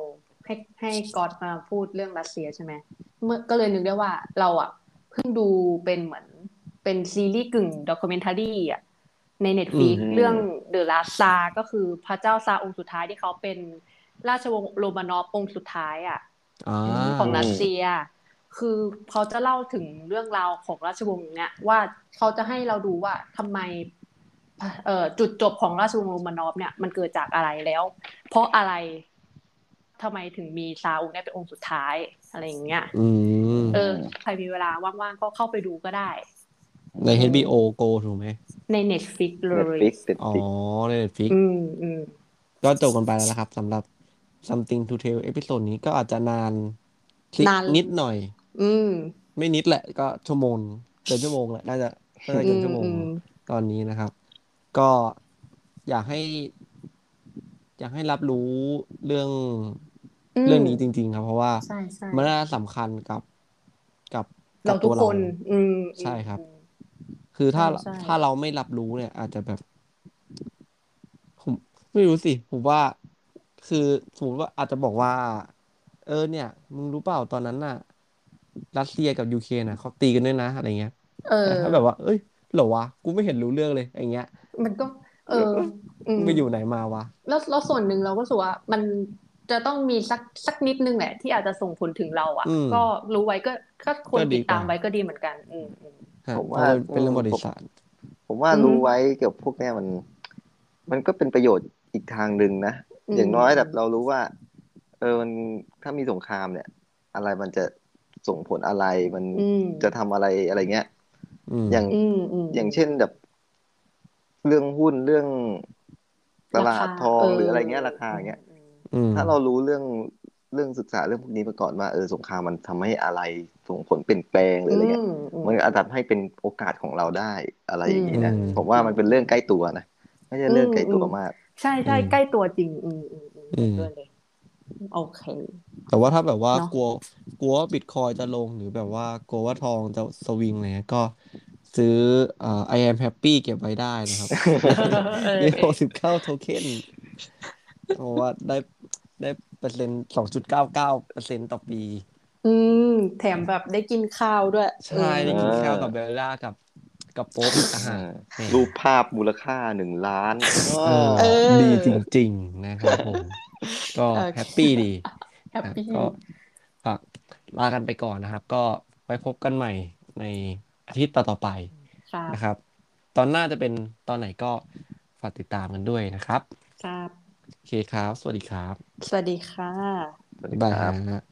S3: ให้ให้ก๊อตมาพูดเรื่องรัสเซียใช่ไหมเมื่อก็เลยนึกได้ว่าเราอ่ะเพิ่งดูเป็นเหมือนเป็นซีรีส์กึ่งด็อกิเมนทารีอ่ะในเน็ตฟ i ิก
S4: อืม
S3: เรื่องเดอะลาซาก็คือพระเจ้าซาองค์สุดท้ายที่เขาเป็นราชวงศ์โรมานอฟองค์สุดท้ายอ่ะ
S2: อ่า
S3: ของรัสเซีย คือเขาจะเล่าถึงเรื่องราวของราชวงศ์เนี้ยว่าเขาจะให้เราดูว่าทำไมเอ่อจุดจบของราชวงศ์โรมานอฟเนี่ยมันเกิดจากอะไรแล้ว เพราะอะไรทำไมถึงมีซาอุได้เป็นองค์สุดท้ายอะไรอย่างเงี้ย
S2: อืม
S3: เออ ใครมีเวลาว่างๆก็เข้าไปดูก็ได้
S2: ใน HBO Go ถูกไหม
S3: ใน Netflix เล
S4: เน็ต
S3: ย
S4: ฟิกเน็ต
S2: อ๋อ
S4: ฟิก
S2: ใน Netflix
S3: อืมอืม
S2: ก็จบกันไปแล้วนะครับสำหรับ Something to Tell เอพิโซดนี้ก็อาจจะนานคลิกนิดหน่อย
S3: อืม
S2: ไม่นิดแหละก็ชั่วโมงเกินชั่วโมงแหละน่าจะน่าจะ
S3: อื
S2: เกิน
S3: ม
S2: ชั่วโมง
S3: อืม
S2: ตอนนี้นะครับ ก็อยากให้ อยากให้รับรู้เรื่องเรื่องนี้จริง ๆ ครับ เพราะว่า
S3: ใช่ใช่
S2: มันน่าสำคัญกับกับกั
S3: เรา
S2: บ
S3: ทุ
S2: ตัว
S3: กค
S2: เรา
S3: น อืมอืม
S2: ใช่ครับ
S3: อืม
S2: คือถ้า
S3: ใช่ใช่
S2: ถ้าเราไม่รับรู้เนี่ย อาจจะแบบผมไม่รู้สิผมว่า คือสมมติว่าอาจจะบอกว่า เออเนี่ย มึงรู้เปล่าตอนนั้นน่ะ รัสเซียกับยูเครนน่ะเขาตีกันด้วยนะอะไรเงี้ย
S3: เออ
S2: แต่ถ้าแบบว่า เอ้ยเหรอวะ กูไม่เห็นรู้เรื่องเลย อย่างเงี้ย
S3: มันก็ เอออืม
S2: มึงไปอยู่ไหนมาวะ
S3: แล้วแล้วส่วนหนึ่งเราก็รู้สึกว่ามันจะต้องมีสักสักนิดนึงแหละ ที่อาจจะส่งผลถึงเราอ่ะ
S2: อืม
S3: ก็รู้ไว้ก็ก็ควร
S2: ก็ดี
S3: ติดตา
S2: ก
S3: ม
S2: ว่า
S3: ไว้ก็ดีเหมือนกัน อืมอืม
S2: ฮะ
S4: ผม
S2: เพ
S4: ว่า
S2: ราะมันเป็นเรื่องประวัติศาสตร์
S4: ผมว่า
S3: อืม
S4: รู้ไว้เกี่ยวกับพวกเนี้ยมัน มันก็เป็นประโยชน์อีกทางหนึ่งนะ
S3: อืม
S4: อย่างน้อยแบบเรารู้ว่า เออมันถ้ามีสงครามเนี่ย อะไรมันจะส่งผลอะไรมัน
S3: อืม
S4: จะทำอะไรอะไรเงี้ย
S2: อืม
S4: อย่าง
S3: อืมอืม
S4: อย่างเช่นแบบ เรื่องหุ้นเรื่องตลาดทองหรืออะไรเงี้ยราคาเงี้ย
S2: อืม
S4: ถ้าเรารู้เรื่องเรื่องศึกษาเรื่องพวกนี้มาก่อนว่าเออสงครามมันทำให้อะไรส่งผลเปลี่ยนแปลงหรืออะไรเงี้ย มันอาจจะให้เป็นโอกาสของเราได้อะไรอย่างนี้นะ
S2: อืม
S4: ผมว่ามันเป็นเรื่องใกล้ตัวนะไม่ใช่เรื่องไกลตัวมาก
S3: ใช่ใช่
S2: อืม
S3: ใกล้ตัวจริง อืมอืมอื
S2: อืม
S3: มเห็นด้วยเลยโอเค
S2: แต่ว่าถ้าแบบว่า
S3: เนอะ
S2: กลัวกลัวว่าบิตคอยจะลงหรือแบบว่ากลัวว่าทองจะสวิงอะไรเงี้ยก็ซื้อเอ่อ I am happy เก็บไว้ได้นะครับ
S3: เออ
S2: ยี่
S3: เอ
S2: ห
S3: อก
S2: สิบเก้าโทเค็นเพราะว่าได้ได้เปอร์เซ็นต์สองจุดเก้าเก้าเปอร์เซ็นต์ต่อปี
S3: อืมแถมแบบได้กินข้าวด้วย
S2: ใช่
S3: เอ
S2: ได้
S3: อ
S2: กิน
S4: เออ
S2: ข้าวกับเบลล่ากับกับโป๊ปอีกต่างหากแหม
S4: รูปภาพมูลค่าหนึ่งล้าน
S2: เออ
S3: เออ
S2: ดีจริง ๆ นะครับผม ก็
S3: โอเค
S2: แฮปปี้ดี
S3: แฮปปี้
S2: ก็ฝากลากันไปก่อนนะครับ ก็ไว้พบกันใหม่ในอาทิตย์ต่อๆไป
S3: ครับ
S2: นะครับ ตอนหน้าจะเป็นตอนไหนก็ฝากติดตามกันด้วยนะครับ
S3: ครับ
S2: โอเคครับ สวัสดีครับ
S3: สวัสดีค่ะ
S4: สวัสดี
S2: บ๊าย
S4: ครับ
S2: า
S4: บ
S2: ยฮะ